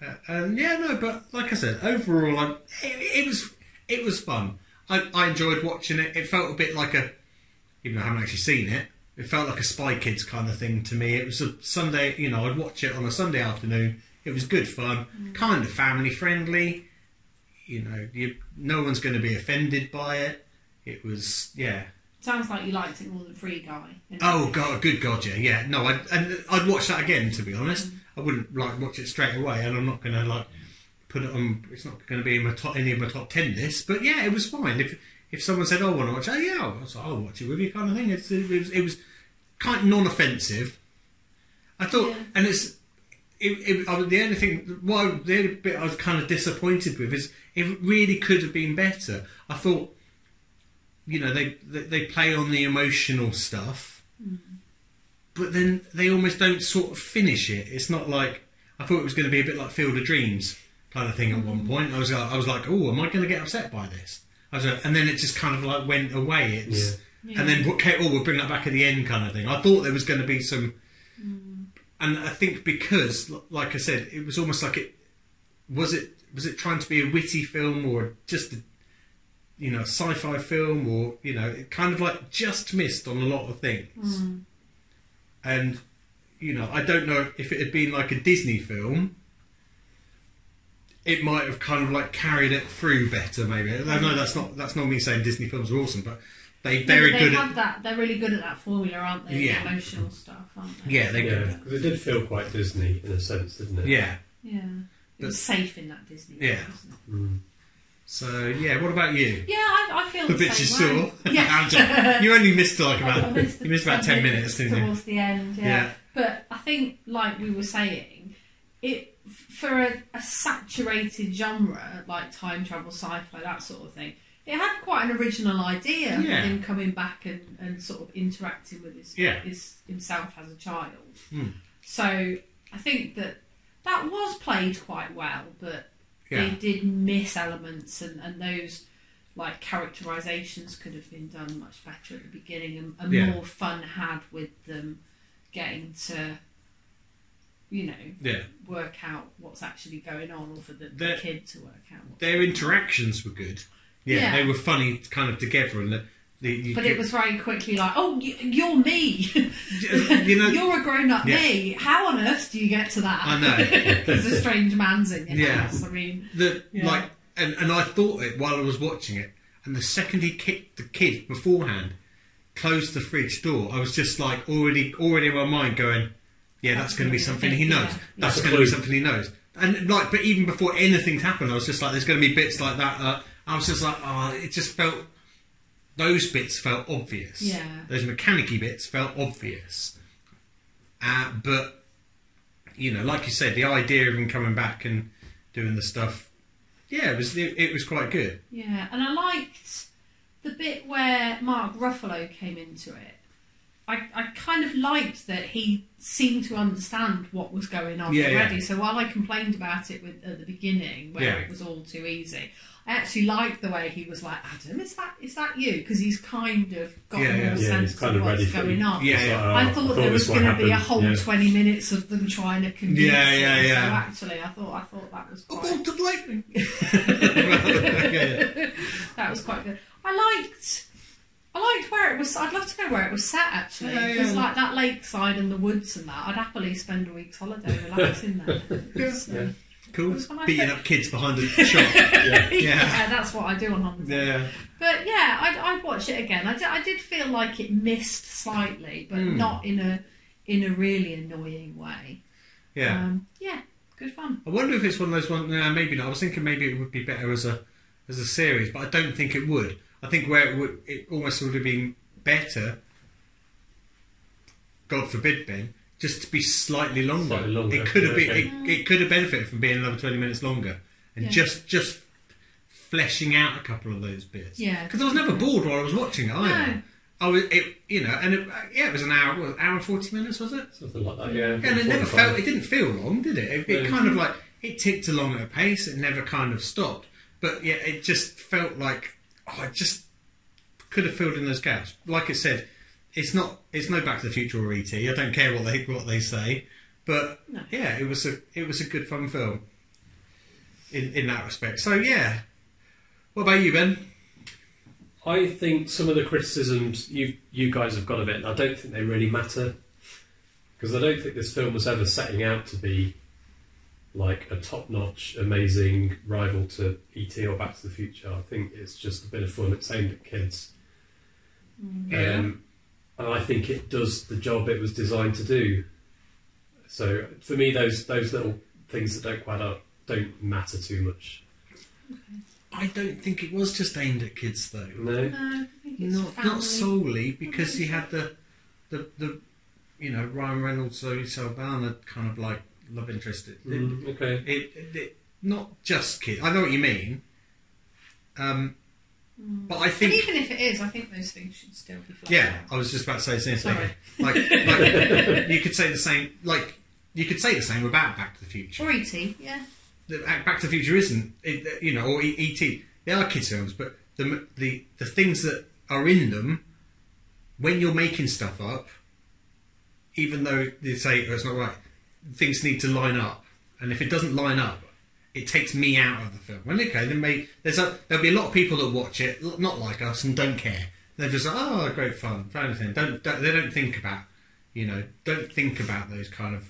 [SPEAKER 5] uh, and yeah, no, but like I said, overall, I, it, it was it was fun. I, I enjoyed watching it. It felt a bit like a, even though I haven't actually seen it, it felt like a Spy Kids kind of thing to me. It was a Sunday, you know, I'd watch it on a Sunday afternoon. It was good fun, kind of family friendly. You know, you, no one's going to be offended by it. It was yeah,
[SPEAKER 2] Sounds like you liked it more than Free Guy.
[SPEAKER 5] Oh god, good god, yeah, yeah. No, I'd, and I'd watch that again. To be honest, I wouldn't like watch it straight away, and I'm not gonna like put it on. It's not gonna be in my top any of my top ten lists. But yeah, it was fine. If if someone said, "Oh, I want to watch," oh yeah, I'll, so I'll watch it with you, kind of thing. It's, it, was, it was kind of non-offensive. I thought,
[SPEAKER 2] Yeah.
[SPEAKER 5] and it's it, it, I, the only thing, well, the only bit I was kind of disappointed with is it really could have been better. I thought, you know, they they, they play on the emotional stuff, but then they almost don't sort of finish it. It's not like I thought it was going to be a bit like Field of Dreams kind of thing at one point. I was like, I was like, oh, am I going to get upset by this? I was like, and then it just kind of like went away. It's and then what came, oh, we'll bring that back at the end kind of thing. I thought there was going to be some and I think because, l- like I said, it was almost like it was it was it trying to be a witty film or just a, you know a sci-fi film or you know it kind of like just missed on a lot of things.
[SPEAKER 2] Hmm.
[SPEAKER 5] And you know, I don't know if it had been like a Disney film. It might have kind of like carried it through better, maybe. I know that's not that's not me saying Disney films are awesome, but they
[SPEAKER 2] Yeah,
[SPEAKER 5] very
[SPEAKER 2] but they
[SPEAKER 5] good
[SPEAKER 2] have
[SPEAKER 5] at
[SPEAKER 2] that. They're really good at that formula, aren't they?
[SPEAKER 5] Yeah.
[SPEAKER 2] The emotional stuff, aren't they?
[SPEAKER 5] yeah they
[SPEAKER 3] Yeah,
[SPEAKER 5] yeah.
[SPEAKER 3] 'cause it did feel quite Disney in a sense, didn't it?
[SPEAKER 5] yeah.
[SPEAKER 2] Yeah. It was safe in that Disney.
[SPEAKER 5] Yeah.
[SPEAKER 2] film, wasn't it?
[SPEAKER 5] So yeah, what about you?
[SPEAKER 2] Yeah, I, I feel
[SPEAKER 5] The
[SPEAKER 2] the,
[SPEAKER 5] bitch
[SPEAKER 2] same
[SPEAKER 5] is
[SPEAKER 2] way.
[SPEAKER 5] [laughs] sore.
[SPEAKER 2] Yeah.
[SPEAKER 5] you only missed like
[SPEAKER 2] [laughs] I
[SPEAKER 5] about
[SPEAKER 2] missed
[SPEAKER 5] you missed about ten minutes, didn't you?
[SPEAKER 2] Towards the end, yeah.
[SPEAKER 5] Yeah.
[SPEAKER 2] But I think, like we were saying, it for a, a saturated genre like time travel, sci-fi, that sort of thing. It had quite an original idea with
[SPEAKER 5] Yeah.
[SPEAKER 2] him coming back and, and sort of interacting with his,
[SPEAKER 5] Yeah. Hmm.
[SPEAKER 2] his himself as a child. So I think that that was played quite well, but they
[SPEAKER 5] Yeah.
[SPEAKER 2] did miss elements and, and those like characterizations could have been done much better at the beginning and, and
[SPEAKER 5] Yeah.
[SPEAKER 2] more fun had with them getting to you know,
[SPEAKER 5] Yeah.
[SPEAKER 2] work out what's actually going on, or for the, the
[SPEAKER 5] They're-
[SPEAKER 2] kid to work out. What,
[SPEAKER 5] Their interactions were good. Yeah,
[SPEAKER 2] Yeah.
[SPEAKER 5] they were funny, kind of together, and the, the you,
[SPEAKER 2] but it was very quickly like, oh, y- you're me.
[SPEAKER 5] [laughs] you
[SPEAKER 2] [laughs]
[SPEAKER 5] know-
[SPEAKER 2] you're a grown up
[SPEAKER 5] Yeah.
[SPEAKER 2] me. How on earth do you get to that?
[SPEAKER 5] I
[SPEAKER 2] [laughs]
[SPEAKER 5] know.
[SPEAKER 2] Because a strange man's in your
[SPEAKER 5] Yeah.
[SPEAKER 2] house. I mean,
[SPEAKER 5] the
[SPEAKER 2] Yeah.
[SPEAKER 5] like, and, and I thought it while I was watching it, and the second he kicked the kid beforehand, closed the fridge door, I was just like already already in my mind going, yeah, that's going to be something he knows.
[SPEAKER 2] Yeah.
[SPEAKER 5] That's
[SPEAKER 3] Yeah.
[SPEAKER 5] going to be something he knows. And like, but even before anything's happened, I was just like, there's going to be bits like that. Uh, I was just like, oh, it just felt. Those bits felt obvious.
[SPEAKER 2] Yeah.
[SPEAKER 5] Those mechanicy bits felt obvious. Uh, but you know, like you said, the idea of him coming back and doing the stuff, yeah, it was it, was quite good.
[SPEAKER 2] Yeah, and I liked the bit where Mark Ruffalo came into it. I, I kind of liked that he seemed to understand what was going on
[SPEAKER 5] Yeah,
[SPEAKER 2] already.
[SPEAKER 5] yeah.
[SPEAKER 2] So while I complained about it with, at the beginning, where
[SPEAKER 5] Yeah.
[SPEAKER 2] it was all too easy, I actually liked the way he was like, Adam, is that is that you? Because he's kind of got
[SPEAKER 5] Yeah, yeah.
[SPEAKER 2] more
[SPEAKER 3] Yeah,
[SPEAKER 2] sense
[SPEAKER 3] he's kind
[SPEAKER 2] of
[SPEAKER 3] of ready
[SPEAKER 2] what's
[SPEAKER 3] for
[SPEAKER 2] going on.
[SPEAKER 5] Yeah,
[SPEAKER 3] It's
[SPEAKER 5] yeah.
[SPEAKER 3] like, oh,
[SPEAKER 2] I thought, there was
[SPEAKER 3] this one
[SPEAKER 2] going to be a
[SPEAKER 3] happened.
[SPEAKER 2] whole
[SPEAKER 3] Yeah.
[SPEAKER 2] twenty minutes of them trying to convince
[SPEAKER 5] Yeah, yeah,
[SPEAKER 2] him.
[SPEAKER 5] yeah.
[SPEAKER 2] So actually, I thought I thought that was quite
[SPEAKER 5] Bolted
[SPEAKER 2] [laughs]
[SPEAKER 5] lightning. yeah, yeah.
[SPEAKER 2] That was quite good. I liked. I liked where it was. I'd love to know where it was set actually,
[SPEAKER 5] Yeah, Oh, yeah.
[SPEAKER 2] because like that lakeside and the woods and that, I'd happily spend a week's holiday
[SPEAKER 5] [laughs]
[SPEAKER 2] relaxing there.
[SPEAKER 3] Yeah.
[SPEAKER 5] Cool.
[SPEAKER 2] That's what I
[SPEAKER 5] Beating
[SPEAKER 2] said.
[SPEAKER 5] up kids behind a shop.
[SPEAKER 2] [laughs] yeah. that's what I do on holiday.
[SPEAKER 5] yeah.
[SPEAKER 2] But yeah, I'd, I'd watch it again. I did, I did feel like it missed slightly, but
[SPEAKER 5] Hmm.
[SPEAKER 2] not in a in a really annoying way.
[SPEAKER 5] Yeah.
[SPEAKER 2] um, yeah, good fun.
[SPEAKER 5] I wonder if it's one of those ones. No, maybe not. I was thinking maybe it would be better as a as a series, but I don't think it would. I think where it would, it almost would have been better. God forbid, Ben, just to be slightly longer.
[SPEAKER 3] Slightly longer,
[SPEAKER 5] It could have been.
[SPEAKER 3] yeah,
[SPEAKER 5] It, it could have benefited from being another twenty minutes longer, and
[SPEAKER 2] Yeah.
[SPEAKER 5] just just fleshing out a couple of those bits.
[SPEAKER 2] Yeah.
[SPEAKER 5] because I was never bored while I was watching it either.
[SPEAKER 2] No.
[SPEAKER 5] I was, it, you know, and it, yeah, it was an hour, what, hour and forty minutes, was it?
[SPEAKER 3] Something like that, yeah.
[SPEAKER 5] And it never
[SPEAKER 3] 45.
[SPEAKER 5] felt. It didn't feel long, did it? It, it
[SPEAKER 3] Yeah.
[SPEAKER 5] kind of like it ticked along at a pace. It never kind of stopped. But yeah, it just felt like oh, I just could have filled in those gaps. Like I said, it's not. It's no Back to the Future or ET. I don't care what they what they say. But
[SPEAKER 2] No.
[SPEAKER 5] yeah, it was a it was a good fun film. In in that respect. So yeah. What about you, Ben?
[SPEAKER 3] I think some of the criticisms you you guys have got of it, I don't think they really matter because I don't think this film was ever setting out to be like a top-notch, amazing rival to ET or Back to the Future. I think it's just a bit of fun. It's aimed at kids, um, and I think it does the job it was designed to do. So for me, those those little things that don't quite up don't matter too much.
[SPEAKER 5] I don't think it was just aimed at kids though.
[SPEAKER 3] No.
[SPEAKER 2] No, Uh, I think it's
[SPEAKER 5] not
[SPEAKER 2] family.
[SPEAKER 5] not solely because he had the the the you know Ryan Reynolds Zoe Saldana kind of like love interest. It,
[SPEAKER 3] Mm, okay.
[SPEAKER 5] it, it, it- not just kid. I know what you mean. Um, but I
[SPEAKER 2] And
[SPEAKER 5] think
[SPEAKER 2] Mm. even if it is, I think those things should still be. fleshed
[SPEAKER 5] yeah,
[SPEAKER 2] out.
[SPEAKER 5] I was just about to say the same
[SPEAKER 2] Sorry.
[SPEAKER 5] thing. Like,
[SPEAKER 2] [laughs]
[SPEAKER 5] like you could say the same. Like you could say the same about Back to the Future.
[SPEAKER 2] Or ET, yeah.
[SPEAKER 5] The- Back to the Future isn't it, you know or E- E.T. They are kids films, but the the the things that are in them when you're making stuff up, even though they say oh, it's not right, things need to line up. And if it doesn't line up, it takes me out of the film. Well, okay, then may, there's a, there'll be a lot of people that watch it, l- not like us, and don't care. They're just like, oh, great fun, fun thing. Don't, don't they don't think about, you know, don't think about those kind of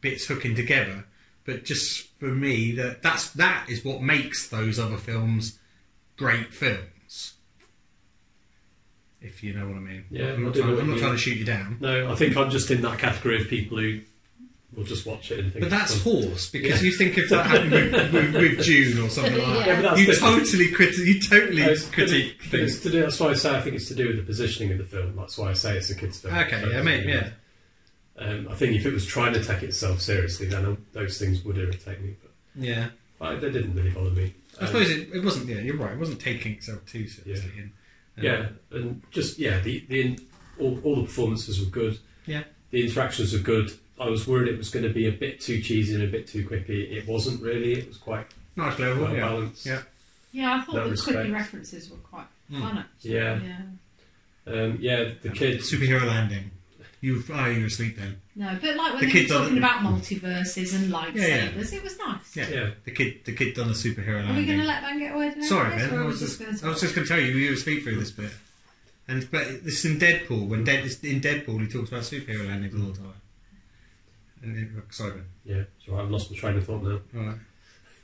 [SPEAKER 5] bits hooking together. But just for me, that that's that is what makes those other films great films. If you know what I mean.
[SPEAKER 3] Yeah,
[SPEAKER 5] I'm
[SPEAKER 3] I
[SPEAKER 5] not,
[SPEAKER 3] do know
[SPEAKER 5] trying,
[SPEAKER 3] what
[SPEAKER 5] I'm
[SPEAKER 3] you
[SPEAKER 5] not
[SPEAKER 3] mean.
[SPEAKER 5] trying to shoot you down.
[SPEAKER 3] No, I think I'm just in that category of people who will just watch it and think.
[SPEAKER 5] But that's
[SPEAKER 3] it's
[SPEAKER 5] horse because you think if that happened with, with,
[SPEAKER 3] [laughs]
[SPEAKER 5] with June or something like
[SPEAKER 3] Yeah,
[SPEAKER 5] that,
[SPEAKER 3] but that's
[SPEAKER 5] you
[SPEAKER 3] different.
[SPEAKER 5] totally criti- you totally
[SPEAKER 3] It's to do-
[SPEAKER 5] critique
[SPEAKER 3] it's
[SPEAKER 5] things.
[SPEAKER 3] to do. That's why I say I think it's to do with the positioning of the film. That's why I say it's a kids' film.
[SPEAKER 5] Okay,
[SPEAKER 3] That's
[SPEAKER 5] yeah,
[SPEAKER 3] what I
[SPEAKER 5] mate,
[SPEAKER 3] mean.
[SPEAKER 5] yeah,
[SPEAKER 3] Um, I think if it was trying to take itself seriously, then um, those things would irritate me. But
[SPEAKER 5] yeah.
[SPEAKER 3] I, they didn't really bother me.
[SPEAKER 5] I
[SPEAKER 3] Um,
[SPEAKER 5] suppose it, it wasn't. Yeah, you're right. It wasn't taking itself too seriously. uh, And, and-
[SPEAKER 3] Yeah, and just yeah, the the in, all, all the performances were good.
[SPEAKER 5] yeah,
[SPEAKER 3] The interactions were good. I was worried it was going to be a bit too cheesy and a bit too quippy. It wasn't really. It was quite
[SPEAKER 5] nice level.
[SPEAKER 3] well
[SPEAKER 5] yeah.
[SPEAKER 3] balanced.
[SPEAKER 5] Yeah.
[SPEAKER 2] Yeah, I thought
[SPEAKER 3] That
[SPEAKER 2] the quippy
[SPEAKER 3] respect.
[SPEAKER 2] references
[SPEAKER 5] Hmm.
[SPEAKER 2] were quite fun actually.
[SPEAKER 3] Yeah. Um, yeah, the kids.
[SPEAKER 5] Superhero landing. You, oh, you were asleep then.
[SPEAKER 2] No, but like
[SPEAKER 5] The
[SPEAKER 2] when they were
[SPEAKER 5] kids
[SPEAKER 2] talking
[SPEAKER 5] are-
[SPEAKER 2] about multiverses and
[SPEAKER 5] yeah.
[SPEAKER 2] lightsabers, it was nice.
[SPEAKER 5] Yeah,
[SPEAKER 3] Yeah.
[SPEAKER 5] the kid, the kid done a superhero
[SPEAKER 2] Are
[SPEAKER 5] landing.
[SPEAKER 2] we going to let Ben get away with
[SPEAKER 5] Sorry,
[SPEAKER 2] this,
[SPEAKER 5] Ben. I
[SPEAKER 2] or are we
[SPEAKER 5] was just,
[SPEAKER 2] gonna-
[SPEAKER 5] I was just going to tell you, you were asleep through this bit. And but this is in Deadpool. When Dead in Deadpool, he talks about superhero landings all the time. And it, sorry, Ben.
[SPEAKER 3] Yeah, so I've lost my train of thought now.
[SPEAKER 5] All right.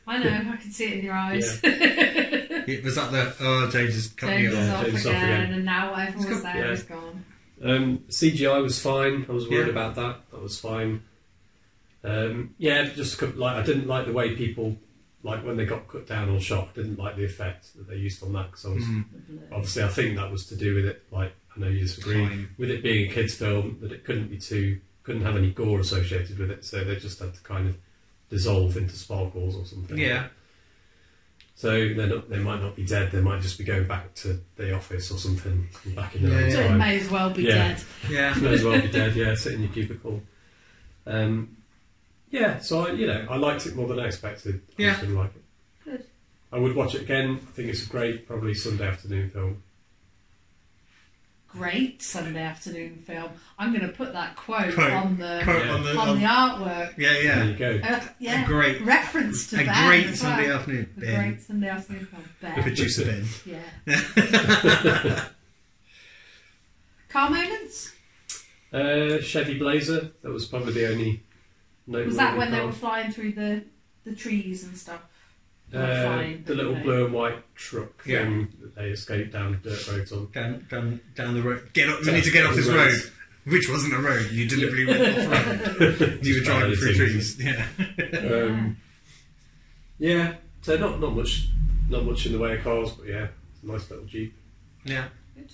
[SPEAKER 2] I know, I can see it in your eyes. [laughs]
[SPEAKER 5] It was that the oh James has cut me
[SPEAKER 2] James
[SPEAKER 5] off.
[SPEAKER 2] is
[SPEAKER 3] Yeah,
[SPEAKER 2] off
[SPEAKER 3] James is
[SPEAKER 2] again,
[SPEAKER 3] off again.
[SPEAKER 2] and now whatever was there
[SPEAKER 3] Yeah.
[SPEAKER 2] is gone.
[SPEAKER 3] Um, CGI was fine. I was worried
[SPEAKER 5] Yeah.
[SPEAKER 3] about that. That was fine. Um, yeah, just co- like I didn't like the way people like when they got cut down or shot. Didn't like the effect that they used on that because I was
[SPEAKER 5] Mm.
[SPEAKER 3] obviously I think that was to do with it. Like I know you disagree
[SPEAKER 5] Time.
[SPEAKER 3] with it being a kids' film that it couldn't be too couldn't have any gore associated with it, so they just had to kind of dissolve into sparkles or something.
[SPEAKER 5] Yeah,
[SPEAKER 3] So they're not, they might not be dead. They might just be going back to the office or something back in
[SPEAKER 5] Yeah,
[SPEAKER 3] their own
[SPEAKER 5] yeah.
[SPEAKER 2] So it
[SPEAKER 3] time.
[SPEAKER 2] may as well be
[SPEAKER 3] Yeah.
[SPEAKER 2] dead.
[SPEAKER 5] yeah.
[SPEAKER 3] May as well be dead, yeah, sit in your cubicle. Um, yeah, so I, you know, I liked it more than I expected. I
[SPEAKER 5] Yeah.
[SPEAKER 3] just didn't like it.
[SPEAKER 2] Good.
[SPEAKER 3] I would watch it again. I think it's a great, probably Sunday afternoon film.
[SPEAKER 2] Great Sunday afternoon film. I'm going to put that quote,
[SPEAKER 5] Quote.
[SPEAKER 2] on the
[SPEAKER 5] Quote
[SPEAKER 3] Yeah.
[SPEAKER 5] on the,
[SPEAKER 2] on
[SPEAKER 5] on-
[SPEAKER 2] the artwork.
[SPEAKER 5] yeah,
[SPEAKER 3] There
[SPEAKER 5] yeah.
[SPEAKER 3] you go.
[SPEAKER 2] Uh, yeah,
[SPEAKER 5] great-
[SPEAKER 2] reference to
[SPEAKER 5] A
[SPEAKER 2] Ben
[SPEAKER 5] great
[SPEAKER 2] as
[SPEAKER 5] Sunday
[SPEAKER 2] well.
[SPEAKER 5] afternoon,
[SPEAKER 2] A
[SPEAKER 5] Ben.
[SPEAKER 2] great Sunday afternoon film,
[SPEAKER 5] [laughs]
[SPEAKER 2] Ben.
[SPEAKER 5] Producer Ben.
[SPEAKER 2] yeah. Car moments?
[SPEAKER 3] Uh, Chevy Blazer. That was probably the only.
[SPEAKER 2] Was that
[SPEAKER 3] noteworthy
[SPEAKER 2] when they
[SPEAKER 3] car.
[SPEAKER 2] were flying through the the trees and stuff? They were
[SPEAKER 3] Uh,
[SPEAKER 2] flying,
[SPEAKER 3] the little
[SPEAKER 2] weren't they?
[SPEAKER 3] blue and white truck
[SPEAKER 5] Yeah.
[SPEAKER 3] thing that they escaped down dirt roads on.
[SPEAKER 5] Down, down, down the road. Get up. We
[SPEAKER 3] Yeah,
[SPEAKER 5] need to get off this
[SPEAKER 3] the
[SPEAKER 5] road,
[SPEAKER 3] roads.
[SPEAKER 5] which wasn't a road. You deliberately went off [laughs] road. You were driving through trees. Yeah.
[SPEAKER 3] Um, yeah, so not not much, not much in the way of cars, but yeah, it's a nice little jeep.
[SPEAKER 5] Yeah.
[SPEAKER 2] Good.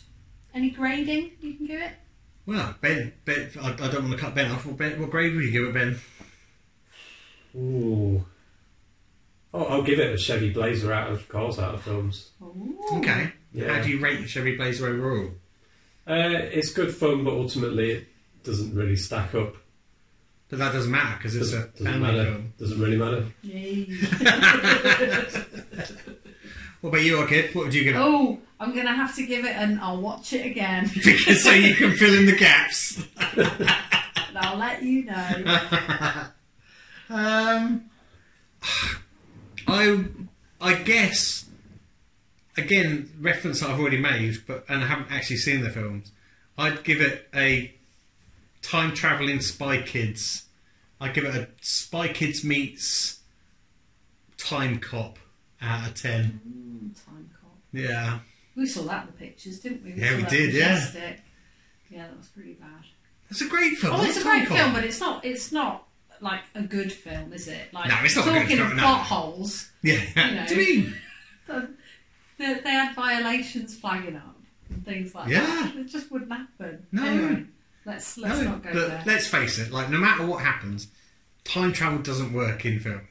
[SPEAKER 2] Any grading you can give it?
[SPEAKER 5] Well, Ben, Ben, I, I don't want to cut Ben off. Well, ben, what grade would you give it, Ben?
[SPEAKER 3] Ooh. Oh, I'll give it a Chevy Blazer out of cars out of films.
[SPEAKER 2] Ooh.
[SPEAKER 5] Okay.
[SPEAKER 3] Yeah.
[SPEAKER 5] How do you rate Chevy Blazer overall?
[SPEAKER 3] Uh, it's good fun, but ultimately it doesn't really stack up.
[SPEAKER 5] But that doesn't matter because it's a
[SPEAKER 3] Doesn't, doesn't
[SPEAKER 5] family
[SPEAKER 3] matter.
[SPEAKER 5] film.
[SPEAKER 3] Doesn't really matter.
[SPEAKER 2] Yay.
[SPEAKER 5] What about you, kid? What would you give [laughs] it?
[SPEAKER 2] Oh, I'm gonna have to give it an I'll watch it again. [laughs]
[SPEAKER 5] so you can fill in the gaps. [laughs]
[SPEAKER 2] and I'll let you know.
[SPEAKER 5] Um, I, I guess, again, reference that I've already made, but and I haven't actually seen the films. I'd give it a time traveling Spy Kids. I'd give it a Spy Kids meets Time Cop out of ten.
[SPEAKER 2] Time cop.
[SPEAKER 5] Yeah,
[SPEAKER 2] We saw that in the pictures, didn't we?
[SPEAKER 5] Yeah,
[SPEAKER 2] saw
[SPEAKER 5] we
[SPEAKER 2] that
[SPEAKER 5] did, yeah.
[SPEAKER 2] majestic. Yeah, that was pretty bad.
[SPEAKER 5] it's a great film.
[SPEAKER 2] Oh,
[SPEAKER 5] I
[SPEAKER 2] it's a
[SPEAKER 5] love Time
[SPEAKER 2] great
[SPEAKER 5] Cop.
[SPEAKER 2] film, but it's not. It's not like a good film, is it? Like
[SPEAKER 5] No, it's not a good
[SPEAKER 2] talking
[SPEAKER 5] film,
[SPEAKER 2] of
[SPEAKER 5] no.
[SPEAKER 2] plot holes.
[SPEAKER 5] Yeah, [laughs]
[SPEAKER 2] You know.
[SPEAKER 5] to me,
[SPEAKER 2] the- They, they had violations flagging up and things like that.
[SPEAKER 5] Yeah.
[SPEAKER 2] It just wouldn't happen.
[SPEAKER 5] No.
[SPEAKER 2] Anyway, let's let's
[SPEAKER 5] No,
[SPEAKER 2] not go
[SPEAKER 5] but
[SPEAKER 2] there.
[SPEAKER 5] let's face it. Like, no matter what happens, time travel doesn't work in films.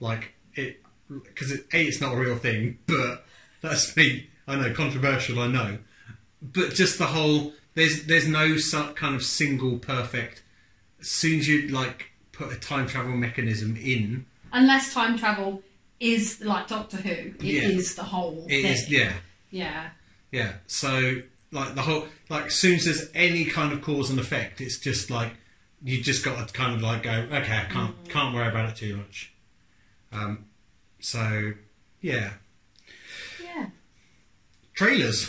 [SPEAKER 5] Like it, because it, a, it's not a real thing. But that's [laughs] me. I know, controversial. I know. But just the whole there's there's no su kind of single perfect. As soon as you like put a time travel mechanism in,
[SPEAKER 2] Unless time travel is like Doctor Who, it is
[SPEAKER 5] Yeah.
[SPEAKER 2] the whole
[SPEAKER 5] it
[SPEAKER 2] thing.
[SPEAKER 5] is yeah.
[SPEAKER 2] Yeah.
[SPEAKER 5] Yeah. So like the whole like as soon as there's any kind of cause and effect, it's just like you just got to kind of like go, okay, I can't can't worry about it too much. Um, so yeah,
[SPEAKER 2] Yeah.
[SPEAKER 5] trailers.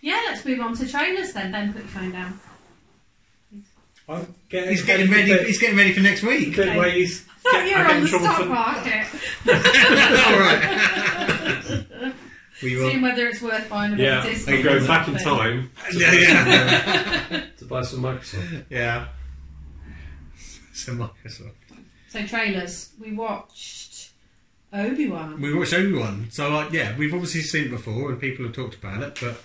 [SPEAKER 2] Yeah, let's move on to trailers then. Ben, put your phone
[SPEAKER 3] [laughs]
[SPEAKER 2] down.
[SPEAKER 3] I'm getting,
[SPEAKER 5] He's
[SPEAKER 3] [laughs]
[SPEAKER 5] getting ready. He's getting ready for next week. [laughs]
[SPEAKER 3] Bit where he's
[SPEAKER 2] Thought you
[SPEAKER 3] I'm
[SPEAKER 2] were on
[SPEAKER 3] getting
[SPEAKER 2] the
[SPEAKER 3] trouble
[SPEAKER 2] stock
[SPEAKER 3] for-
[SPEAKER 2] market,
[SPEAKER 5] All right. we
[SPEAKER 2] seeing
[SPEAKER 5] will.
[SPEAKER 2] whether it's worth buying a bit
[SPEAKER 3] Yeah,
[SPEAKER 2] of
[SPEAKER 3] I
[SPEAKER 2] Disney
[SPEAKER 3] can
[SPEAKER 2] or
[SPEAKER 3] go back in
[SPEAKER 2] something.
[SPEAKER 3] time
[SPEAKER 5] Yeah, yeah,
[SPEAKER 3] to buy some Microsoft.
[SPEAKER 5] yeah. So Microsoft.
[SPEAKER 2] So trailers, we watched Obi Wan.
[SPEAKER 5] We watched Obi Wan, so uh, yeah, we've obviously seen it before, and people have talked about it. But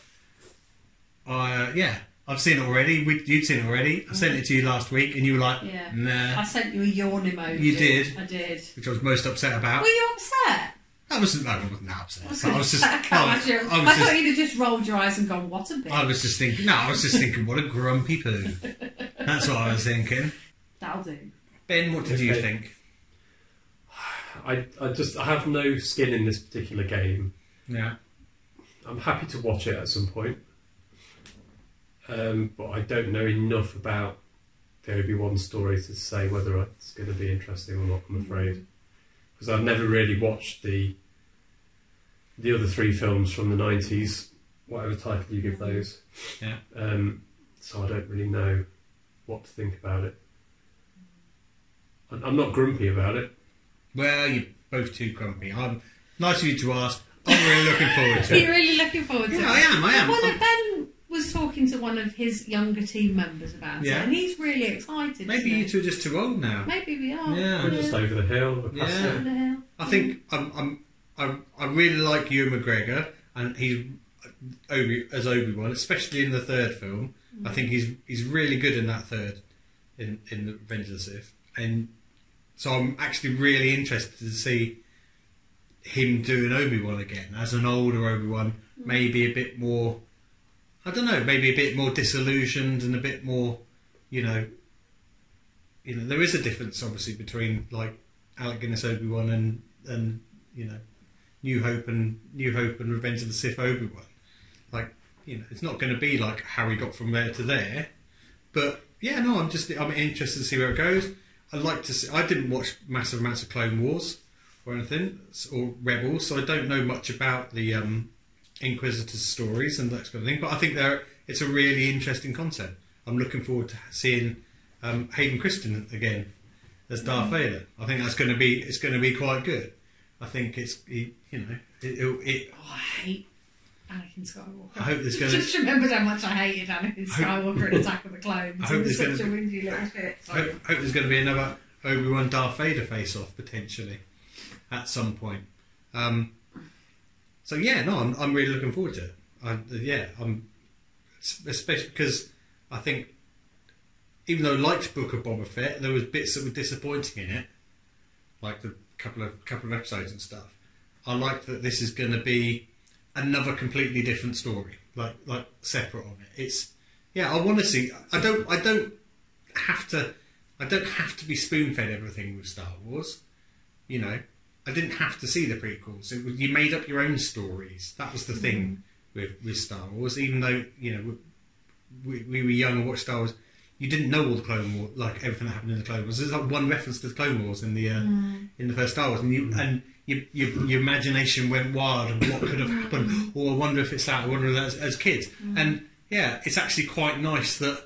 [SPEAKER 5] uh, yeah, I've seen it already. We, you'd seen it already. I sent it to you last week, and you were like,
[SPEAKER 2] Yeah. I
[SPEAKER 5] "Nah,"
[SPEAKER 2] sent you a yawn emoji.
[SPEAKER 5] You did.
[SPEAKER 2] I did.
[SPEAKER 5] which I was most upset about.
[SPEAKER 2] Were you upset?
[SPEAKER 5] I wasn't. No, I wasn't that upset. but I
[SPEAKER 2] gonna
[SPEAKER 5] was
[SPEAKER 2] say,
[SPEAKER 5] just.
[SPEAKER 2] [laughs] I,
[SPEAKER 5] I,
[SPEAKER 2] can't
[SPEAKER 5] was- I
[SPEAKER 2] imagine. I
[SPEAKER 5] was
[SPEAKER 2] thought
[SPEAKER 5] just.
[SPEAKER 2] you'd have just rolled your eyes and gone, "What a bit."
[SPEAKER 5] I was just thinking. No, I was just thinking. What a grumpy poo. That's what I was thinking.
[SPEAKER 2] That'll do.
[SPEAKER 5] Ben, what did you
[SPEAKER 3] Okay.
[SPEAKER 5] think?
[SPEAKER 3] I, I just I have no skin in this particular game.
[SPEAKER 5] Yeah.
[SPEAKER 3] I'm happy to watch it at some point. um, but I don't know enough about the Obi Wan story to say whether it's going to be interesting or not. I'm afraid because I've never really watched the the other three films from the '90s, whatever title you give those.
[SPEAKER 5] Yeah.
[SPEAKER 3] Um, so I don't really know what to think about it. I- I'm not grumpy about it.
[SPEAKER 5] Well, you're both too grumpy. I'm nice of you to ask. I'm really looking forward
[SPEAKER 2] Are [laughs]
[SPEAKER 5] to
[SPEAKER 2] you
[SPEAKER 5] it.
[SPEAKER 2] really looking forward to
[SPEAKER 5] Yeah,
[SPEAKER 2] it?
[SPEAKER 5] I am, I am.
[SPEAKER 2] Well, look, Ben was talking to one of his younger team members about
[SPEAKER 5] Yeah.
[SPEAKER 2] it, and he's really excited.
[SPEAKER 5] Maybe
[SPEAKER 2] isn't
[SPEAKER 5] you
[SPEAKER 2] he?
[SPEAKER 5] two are just too old now.
[SPEAKER 2] Maybe we are.
[SPEAKER 5] Yeah.
[SPEAKER 3] I'm just over the hill. We're past
[SPEAKER 5] Yeah.
[SPEAKER 3] it.
[SPEAKER 2] What the hell?
[SPEAKER 5] I think I'm, I'm, I, I really like Ewan McGregor, and he's Obi as Obi Wan, especially in the third film. I think he's he's really good in that third, in in the Revenge of the Sith, and so I'm actually really interested to see him doing Obi Wan again as an older Obi Wan, maybe a bit more. I don't know, maybe a bit more disillusioned and a bit more, you know. You know, there is a difference obviously between like Alec Guinness Obi Wan and and you know New Hope and New Hope and Revenge of the Sith Obi Wan. Like you know, it's not going to be like how he got from there to there. But yeah, no, I'm just I'm interested to see where it goes. I'd like to see. I didn't watch massive amounts of Clone Wars or anything s- or Rebels, so I don't know much about the um, Inquisitor's stories and that kind of thing. But I think they're it's a really interesting concept. I'm looking forward to seeing um, Hayden Christensen again as Darth Vader. I think that's going to be it's going to be quite good. I think it's it, you know it, it, it
[SPEAKER 2] Oh, I hate Anakin Skywalker.
[SPEAKER 5] I hope there's gonna-
[SPEAKER 2] Just remembered how much I hated Anakin Skywalker in Attack of the Clones.
[SPEAKER 5] [laughs] I hope
[SPEAKER 2] He was
[SPEAKER 5] there's
[SPEAKER 2] such
[SPEAKER 5] gonna
[SPEAKER 2] a windy little shit.
[SPEAKER 5] I hope, hope there's going to be another Obi Wan Darth Vader face off potentially at some point. Um, so yeah, no, I'm, I'm really looking forward to it. I, yeah, I'm especially because I think even though I liked Book of Boba Fett, there was bits that were disappointing in it, like the couple of couple of episodes and stuff. I like that this is going to be another completely different story, like like separate on it. It's yeah, I want to see. I don't I don't have to I don't have to be spoon fed everything with Star Wars. You know, I didn't have to see the prequels. It was, you made up your own stories. That was the thing with with Star Wars. Even though you know we, we were young and watched Star Wars, you didn't know all the Clone Wars, like everything that happened in the Clone Wars. There's like one reference to the Clone Wars in the uh, in the first Star Wars, and you and your, your, your imagination went wild and what could have happened. Or I wonder if it's that. I wonder if that's as kids. And yeah, it's actually quite nice that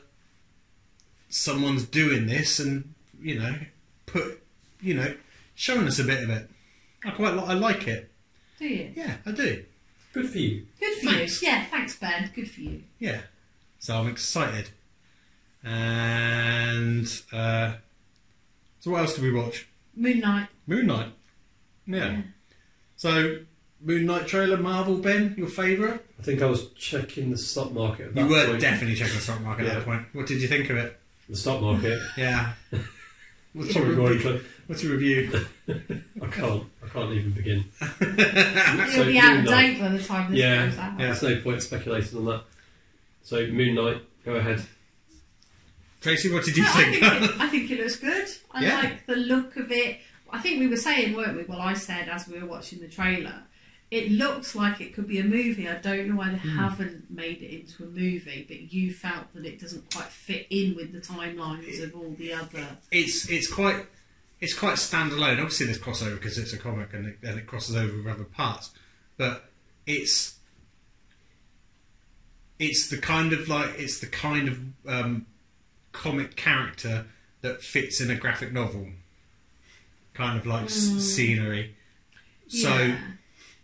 [SPEAKER 5] someone's doing this and you know put you know showing us a bit of it i quite li- i like it
[SPEAKER 2] Do you?
[SPEAKER 5] yeah i do
[SPEAKER 3] Good for you.
[SPEAKER 2] Good for
[SPEAKER 5] Thanks.
[SPEAKER 2] you. Yeah, thanks, Ben. Good for you.
[SPEAKER 5] yeah so i'm excited and uh so what else did we watch
[SPEAKER 2] Moon Knight.
[SPEAKER 5] moon knight yeah, so moon knight trailer marvel ben your favorite
[SPEAKER 3] I think I was checking the stock market. At that
[SPEAKER 5] you were
[SPEAKER 3] point.
[SPEAKER 5] definitely checking the stock market at
[SPEAKER 3] Yeah.
[SPEAKER 5] that point what did you think of it
[SPEAKER 3] the stock [laughs] market.
[SPEAKER 5] [laughs] yeah what's your
[SPEAKER 3] Probably more
[SPEAKER 5] review,
[SPEAKER 3] inclined.
[SPEAKER 5] what's your [laughs] review
[SPEAKER 3] I can't. I can't even [laughs] begin.
[SPEAKER 2] It'll be out of date by the time this
[SPEAKER 3] Yeah,
[SPEAKER 2] goes out.
[SPEAKER 3] yeah. There's no point speculating on that. So Moon Knight, go ahead.
[SPEAKER 5] tracy what did you
[SPEAKER 2] No, I,
[SPEAKER 5] [laughs]
[SPEAKER 2] think
[SPEAKER 5] think
[SPEAKER 2] it, I think it looks good. I
[SPEAKER 5] Yeah.
[SPEAKER 2] like the look of it. I think we were saying, weren't we? Well, I said as we were watching the trailer, it looks like it could be a movie. I don't know why they
[SPEAKER 5] Hmm.
[SPEAKER 2] haven't made it into a movie, but you felt that it doesn't quite fit in with the timelines of all the other.
[SPEAKER 5] it's it's quite it's quite standalone. Obviously, there's crossover because it's a comic and it, and it crosses over with other parts, but it's it's the kind of like it's the kind of um, comic character that fits in a graphic novel, kind of like s- scenery. So
[SPEAKER 2] Hmm. Yeah.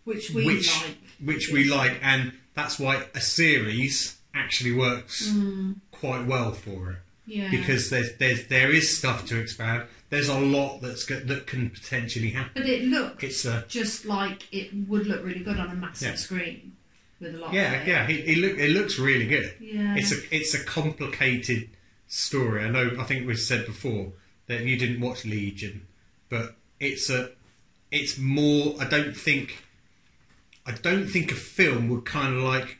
[SPEAKER 2] which we
[SPEAKER 5] which
[SPEAKER 2] like.
[SPEAKER 5] which we like, and that's why a series actually works
[SPEAKER 2] Hmm.
[SPEAKER 5] quite well for it
[SPEAKER 2] Yeah.
[SPEAKER 5] because there's there's there is stuff to expand. There's a lot that's go- that can potentially happen.
[SPEAKER 2] But it looked
[SPEAKER 5] It's a
[SPEAKER 2] just like it would look really good on a massive
[SPEAKER 5] Yeah.
[SPEAKER 2] screen with a lot
[SPEAKER 5] yeah
[SPEAKER 2] of it.
[SPEAKER 5] yeah. He, he look it looks really good.
[SPEAKER 2] Yeah.
[SPEAKER 5] It's a it's a complicated story. I know. I think we said before that you didn't watch Legion, but it's a it's more. I don't think I don't think a film would kind of like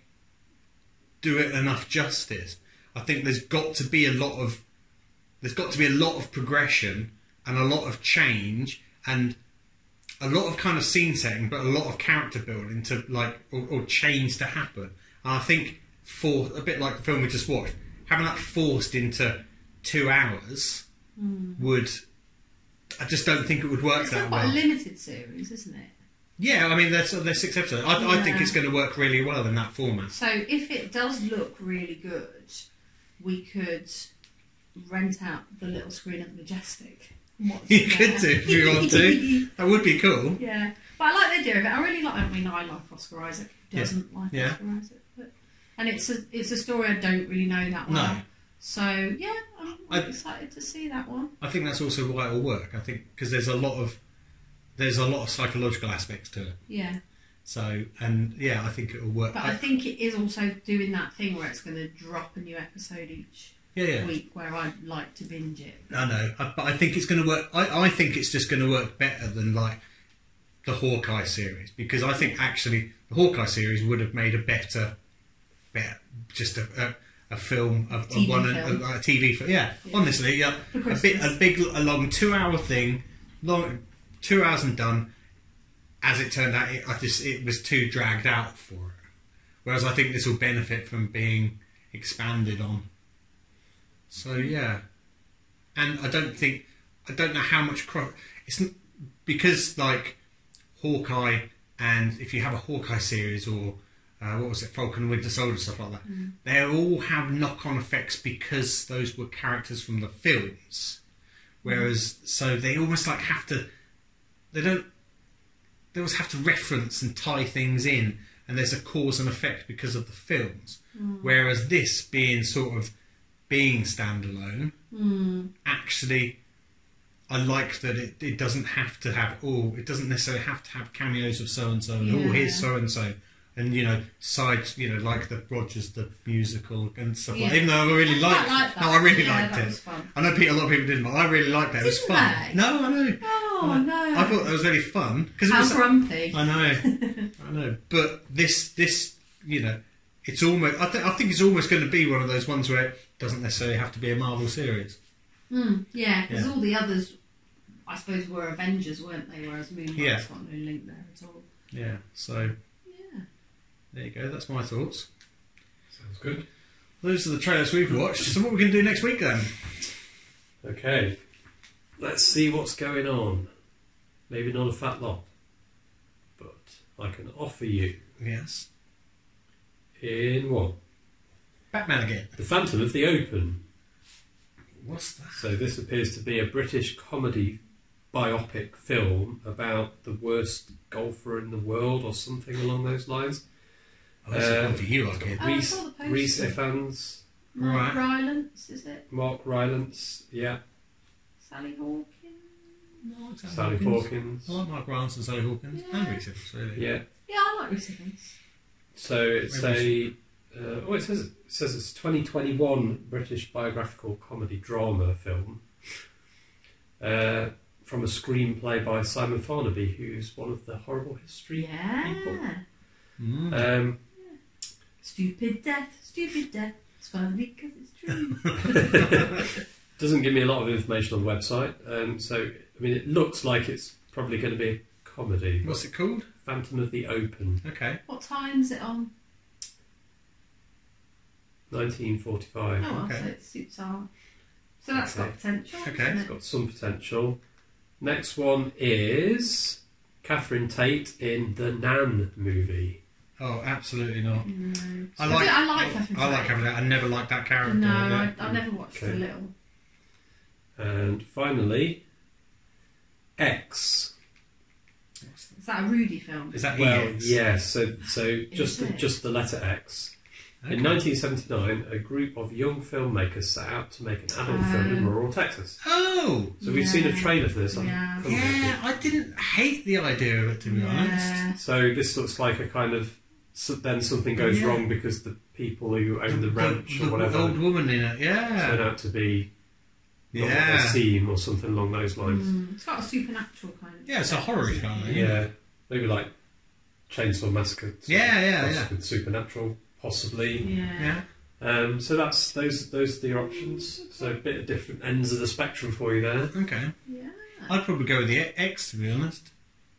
[SPEAKER 5] do it enough justice. I think there's got to be a lot of there's got to be a lot of progression and a lot of change and a lot of kind of scene setting, but a lot of character building to like or, or change to happen. And I think for a bit like the film we just watched, having that forced into two hours would. I just don't think it would work
[SPEAKER 2] Hmm. It's still
[SPEAKER 5] that
[SPEAKER 2] quite a
[SPEAKER 5] well.
[SPEAKER 2] limited series, isn't it?
[SPEAKER 5] yeah, I mean, there's, there's six episodes. I, I think
[SPEAKER 2] Yeah.
[SPEAKER 5] it's going to work really well in that format. [laughs]
[SPEAKER 2] So if it does look really good, we could rent out the little screen at Majestic. and watch
[SPEAKER 5] You
[SPEAKER 2] it
[SPEAKER 5] could
[SPEAKER 2] there.
[SPEAKER 5] do if you want to. That would be cool.
[SPEAKER 2] [laughs] yeah, but I like the idea of it. I really like. I mean, I like Oscar Isaac. Who
[SPEAKER 5] Yeah.
[SPEAKER 2] doesn't like
[SPEAKER 5] Yeah.
[SPEAKER 2] Oscar Isaac? But, and it's a it's a story I don't really know that well.
[SPEAKER 5] No.
[SPEAKER 2] So yeah, I'm
[SPEAKER 5] I-
[SPEAKER 2] excited to see that one.
[SPEAKER 5] I think that's also why it'll work. I think because there's a lot of there's a lot of psychological aspects to it.
[SPEAKER 2] Yeah.
[SPEAKER 5] So and yeah, I think it'll work.
[SPEAKER 2] But I think it is also doing that thing where it's going to drop a new episode each
[SPEAKER 5] yeah, yeah.
[SPEAKER 2] week where I like to binge it.
[SPEAKER 5] I know, I- but I think it's going to work. I, I think it's just going to work better than like the Hawkeye series because I think actually the Hawkeye series would have made a better, better just a, a, a film, a, a
[SPEAKER 2] TV
[SPEAKER 5] one,
[SPEAKER 2] film.
[SPEAKER 5] A, a TV film. Yeah,
[SPEAKER 2] Yeah.
[SPEAKER 5] honestly, yeah,
[SPEAKER 2] For
[SPEAKER 5] a bit, a
[SPEAKER 2] Christmas.
[SPEAKER 5] big, a long two-hour thing, long, two hours and done. As it turned out, it, I just it was too dragged out for it. Whereas I think this will benefit from being expanded on. So yeah, and I don't think I don't know how much cross. It's n- because like Hawkeye, and if you have a Hawkeye series or uh, what was it, Falcon and Winter Soldier stuff like that, they all have knock-on effects because those were characters from the films. Whereas, so they almost like have to. They don't. They always have to reference and tie things in, and there's a cause and effect because of the films.
[SPEAKER 2] Mm.
[SPEAKER 5] Whereas this being sort of being standalone,
[SPEAKER 2] Mm.
[SPEAKER 5] actually I like that it, it doesn't have to have all it doesn't necessarily have to have cameos of so and so and
[SPEAKER 2] Yeah.
[SPEAKER 5] oh here's so and so and you know side you know like the Rogers the musical and stuff like
[SPEAKER 2] Yeah.
[SPEAKER 5] that. even though I really
[SPEAKER 2] I quite
[SPEAKER 5] liked
[SPEAKER 2] like that.
[SPEAKER 5] no I really
[SPEAKER 2] Yeah,
[SPEAKER 5] liked
[SPEAKER 2] that
[SPEAKER 5] it
[SPEAKER 2] was fun.
[SPEAKER 5] I know Peter, a lot of people didn't but I really liked that it was
[SPEAKER 2] Didn't
[SPEAKER 5] fun
[SPEAKER 2] they?
[SPEAKER 5] no I know
[SPEAKER 2] Oh no!
[SPEAKER 5] I thought that was really fun because
[SPEAKER 2] How grumpy.
[SPEAKER 5] I know, I know. But this, this, you know, it's almost. I, th- I think it's almost going to be one of those ones where it doesn't necessarily have to be a Marvel series.
[SPEAKER 2] Yeah, because
[SPEAKER 5] Yeah.
[SPEAKER 2] all the others, I suppose, were Avengers, weren't they? Whereas Moonlight's
[SPEAKER 5] Yeah.
[SPEAKER 2] got no link there at all.
[SPEAKER 5] Yeah. So
[SPEAKER 2] Yeah.
[SPEAKER 5] there you go. That's my thoughts.
[SPEAKER 3] Sounds good.
[SPEAKER 5] Those are the trailers we've watched. So what are we going to do next week then?
[SPEAKER 3] Okay. Let's see what's going on. Maybe not a fat lot, but I can offer you
[SPEAKER 5] Yes.
[SPEAKER 3] in what?
[SPEAKER 5] Batman again.
[SPEAKER 3] The Phantom of the Open.
[SPEAKER 5] What's that?
[SPEAKER 3] So this appears to be a British comedy biopic film about the worst golfer in the world or something along those lines.
[SPEAKER 5] Oh, this is
[SPEAKER 3] Uh,
[SPEAKER 5] one for you, I
[SPEAKER 2] Oh,
[SPEAKER 5] get.
[SPEAKER 2] I
[SPEAKER 3] Reese,
[SPEAKER 2] saw the poster.
[SPEAKER 3] Reese Ifans,
[SPEAKER 5] Right.
[SPEAKER 2] Mark Rylance, is it?
[SPEAKER 3] Mark Rylance,
[SPEAKER 2] Oh,
[SPEAKER 3] yeah,
[SPEAKER 2] Sally Hawkins?
[SPEAKER 5] No, it's
[SPEAKER 3] Sally Hawkins,
[SPEAKER 5] I
[SPEAKER 2] Oh,
[SPEAKER 5] like Mark Rylance and Sally Hawkins
[SPEAKER 2] Yeah.
[SPEAKER 5] and Reese Evans, really.
[SPEAKER 3] yeah.
[SPEAKER 2] Yeah, I like Reese Evans.
[SPEAKER 3] So it's a uh, oh, it says it says it's 2021 British biographical comedy drama film uh, from a screenplay by Simon Farnaby, who's one of the horrible history
[SPEAKER 2] Yeah.
[SPEAKER 3] people. Um,
[SPEAKER 2] Stupid death, stupid death. It's funny because
[SPEAKER 5] [laughs]
[SPEAKER 2] it's true.
[SPEAKER 3] doesn't give me a lot of information on the website. Um, so I mean, it looks like it's probably going to be a comedy.
[SPEAKER 5] What's it called?
[SPEAKER 3] Phantom of the Open,
[SPEAKER 5] Okay.
[SPEAKER 2] what time's it on?
[SPEAKER 3] 1945.
[SPEAKER 2] Oh, well,
[SPEAKER 5] Okay.
[SPEAKER 2] so it suits our. So that's got
[SPEAKER 3] Okay.
[SPEAKER 2] potential.
[SPEAKER 5] Okay.
[SPEAKER 2] hasn't
[SPEAKER 3] It's got some potential. Next one is Catherine Tate in the Nan movie.
[SPEAKER 5] Oh, absolutely not.
[SPEAKER 2] it? No.
[SPEAKER 5] I
[SPEAKER 2] So-
[SPEAKER 5] like.
[SPEAKER 2] I like Catherine
[SPEAKER 5] I like
[SPEAKER 2] Tate.
[SPEAKER 5] Catherine Tate. I never liked that character.
[SPEAKER 2] No,
[SPEAKER 5] yeah.
[SPEAKER 2] I, I've never watched
[SPEAKER 3] Okay.
[SPEAKER 2] the little.
[SPEAKER 3] And finally, X.
[SPEAKER 2] Is that a Rudy film?
[SPEAKER 5] Is that E
[SPEAKER 3] Well,
[SPEAKER 5] EX?
[SPEAKER 3] yeah, so so just the,
[SPEAKER 2] it?
[SPEAKER 3] just the letter X.
[SPEAKER 5] Okay.
[SPEAKER 3] In 1979, a group of young filmmakers set out to make an adult
[SPEAKER 2] Oh.
[SPEAKER 3] film in rural Texas.
[SPEAKER 5] Oh.
[SPEAKER 3] So we've seen a
[SPEAKER 2] Yeah.
[SPEAKER 3] trailer for this. I
[SPEAKER 2] Yeah.
[SPEAKER 3] couldn't get it.
[SPEAKER 5] Yeah, I didn't hate the idea of it to be honest.
[SPEAKER 2] Yeah.
[SPEAKER 3] So this looks like a kind of so then something goes
[SPEAKER 5] Yeah.
[SPEAKER 3] wrong because the people who own the, ranch
[SPEAKER 5] the-
[SPEAKER 3] or whatever
[SPEAKER 5] the old woman in it,
[SPEAKER 3] turn
[SPEAKER 5] yeah,
[SPEAKER 3] out to be not what
[SPEAKER 5] yeah,
[SPEAKER 3] they seem or something along those lines.
[SPEAKER 2] Mm, it's got a supernatural kind of.
[SPEAKER 5] yeah. It's a horror film. isn't it?
[SPEAKER 3] Yeah, maybe like Chainsaw Massacre. sort of
[SPEAKER 5] Yeah, yeah,
[SPEAKER 3] crossed
[SPEAKER 5] yeah.
[SPEAKER 3] With supernatural, possibly.
[SPEAKER 2] Yeah.
[SPEAKER 5] yeah.
[SPEAKER 3] Um, so that's those those are the options. So a bit of different ends of the spectrum for you there.
[SPEAKER 5] Okay,
[SPEAKER 2] Yeah.
[SPEAKER 5] I'd probably go with the X to be honest.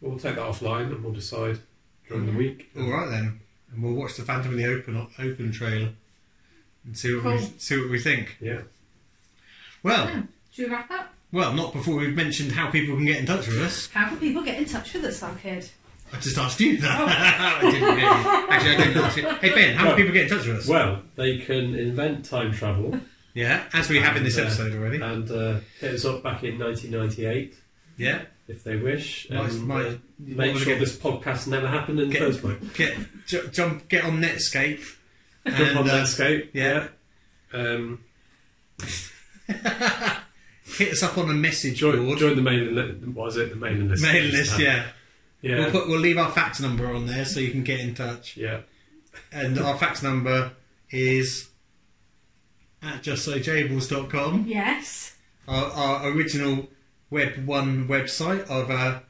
[SPEAKER 3] We'll take that offline and we'll decide during the week.
[SPEAKER 5] All right then. and we'll watch the Phantom of the Open Open trailer and see what we
[SPEAKER 2] Cool.
[SPEAKER 5] see what we think.
[SPEAKER 3] Yeah.
[SPEAKER 5] Well,
[SPEAKER 2] Yeah. Should we wrap up?
[SPEAKER 5] well, not before we've mentioned how people can get in touch with us.
[SPEAKER 2] How can people get in touch with us, our kid?
[SPEAKER 5] I just asked you that. [laughs] I didn't really. Actually, I didn't ask you. Hey Ben, how
[SPEAKER 3] Oh. Well-
[SPEAKER 5] can people get in touch with us?
[SPEAKER 3] Well, they can invent time travel.
[SPEAKER 5] yeah, as we have in this
[SPEAKER 3] and, uh,
[SPEAKER 5] episode already.
[SPEAKER 3] And uh, hit us up back in 1998
[SPEAKER 5] yeah,
[SPEAKER 3] if they wish.
[SPEAKER 5] Nice,
[SPEAKER 3] and,
[SPEAKER 5] nice.
[SPEAKER 3] uh,
[SPEAKER 5] You
[SPEAKER 3] make
[SPEAKER 5] wanna
[SPEAKER 3] sure
[SPEAKER 5] get-
[SPEAKER 3] this podcast never happened in the first place.
[SPEAKER 5] get get ju- jump get on Netscape.
[SPEAKER 3] Jump on
[SPEAKER 5] uh,
[SPEAKER 3] Netscape.
[SPEAKER 5] yeah.
[SPEAKER 3] Um,
[SPEAKER 5] Hit us up on the message
[SPEAKER 3] join,
[SPEAKER 5] board, [laughs]
[SPEAKER 3] join the mailing list. What is it? The mailing list. uh,
[SPEAKER 5] mailing list. Yeah,
[SPEAKER 3] [laughs] Yeah.
[SPEAKER 5] we'll put we'll leave our fax number on there so you can get in touch.
[SPEAKER 3] yeah.
[SPEAKER 5] And our fax number is at justsojables.com.
[SPEAKER 2] Yes.
[SPEAKER 5] our, our original Web One website of uh,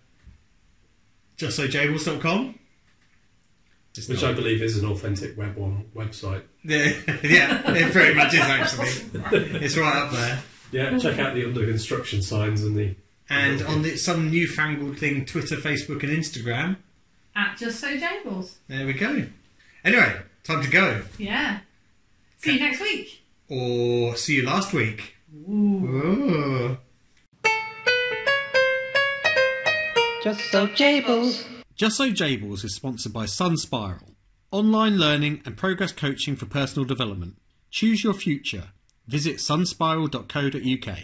[SPEAKER 5] justsojables.com. It's
[SPEAKER 3] Which I
[SPEAKER 5] not-
[SPEAKER 3] believe is an authentic web one website.
[SPEAKER 5] yeah, [laughs] yeah, it pretty much is actually. It's right up there.
[SPEAKER 3] Yeah, check out the under construction signs and the.
[SPEAKER 5] And on the, some newfangled thing, Twitter, Facebook, and Instagram.
[SPEAKER 2] At Just So Jables.
[SPEAKER 5] There we go. Anyway, time to go.
[SPEAKER 2] Yeah. See you next week.
[SPEAKER 5] Or see you last week. Ooh.
[SPEAKER 4] Just so Jables.
[SPEAKER 5] Just So Jables is sponsored by Sun Spiral, online learning and progress coaching for personal development. Choose your future. Visit sunspiral.co.uk.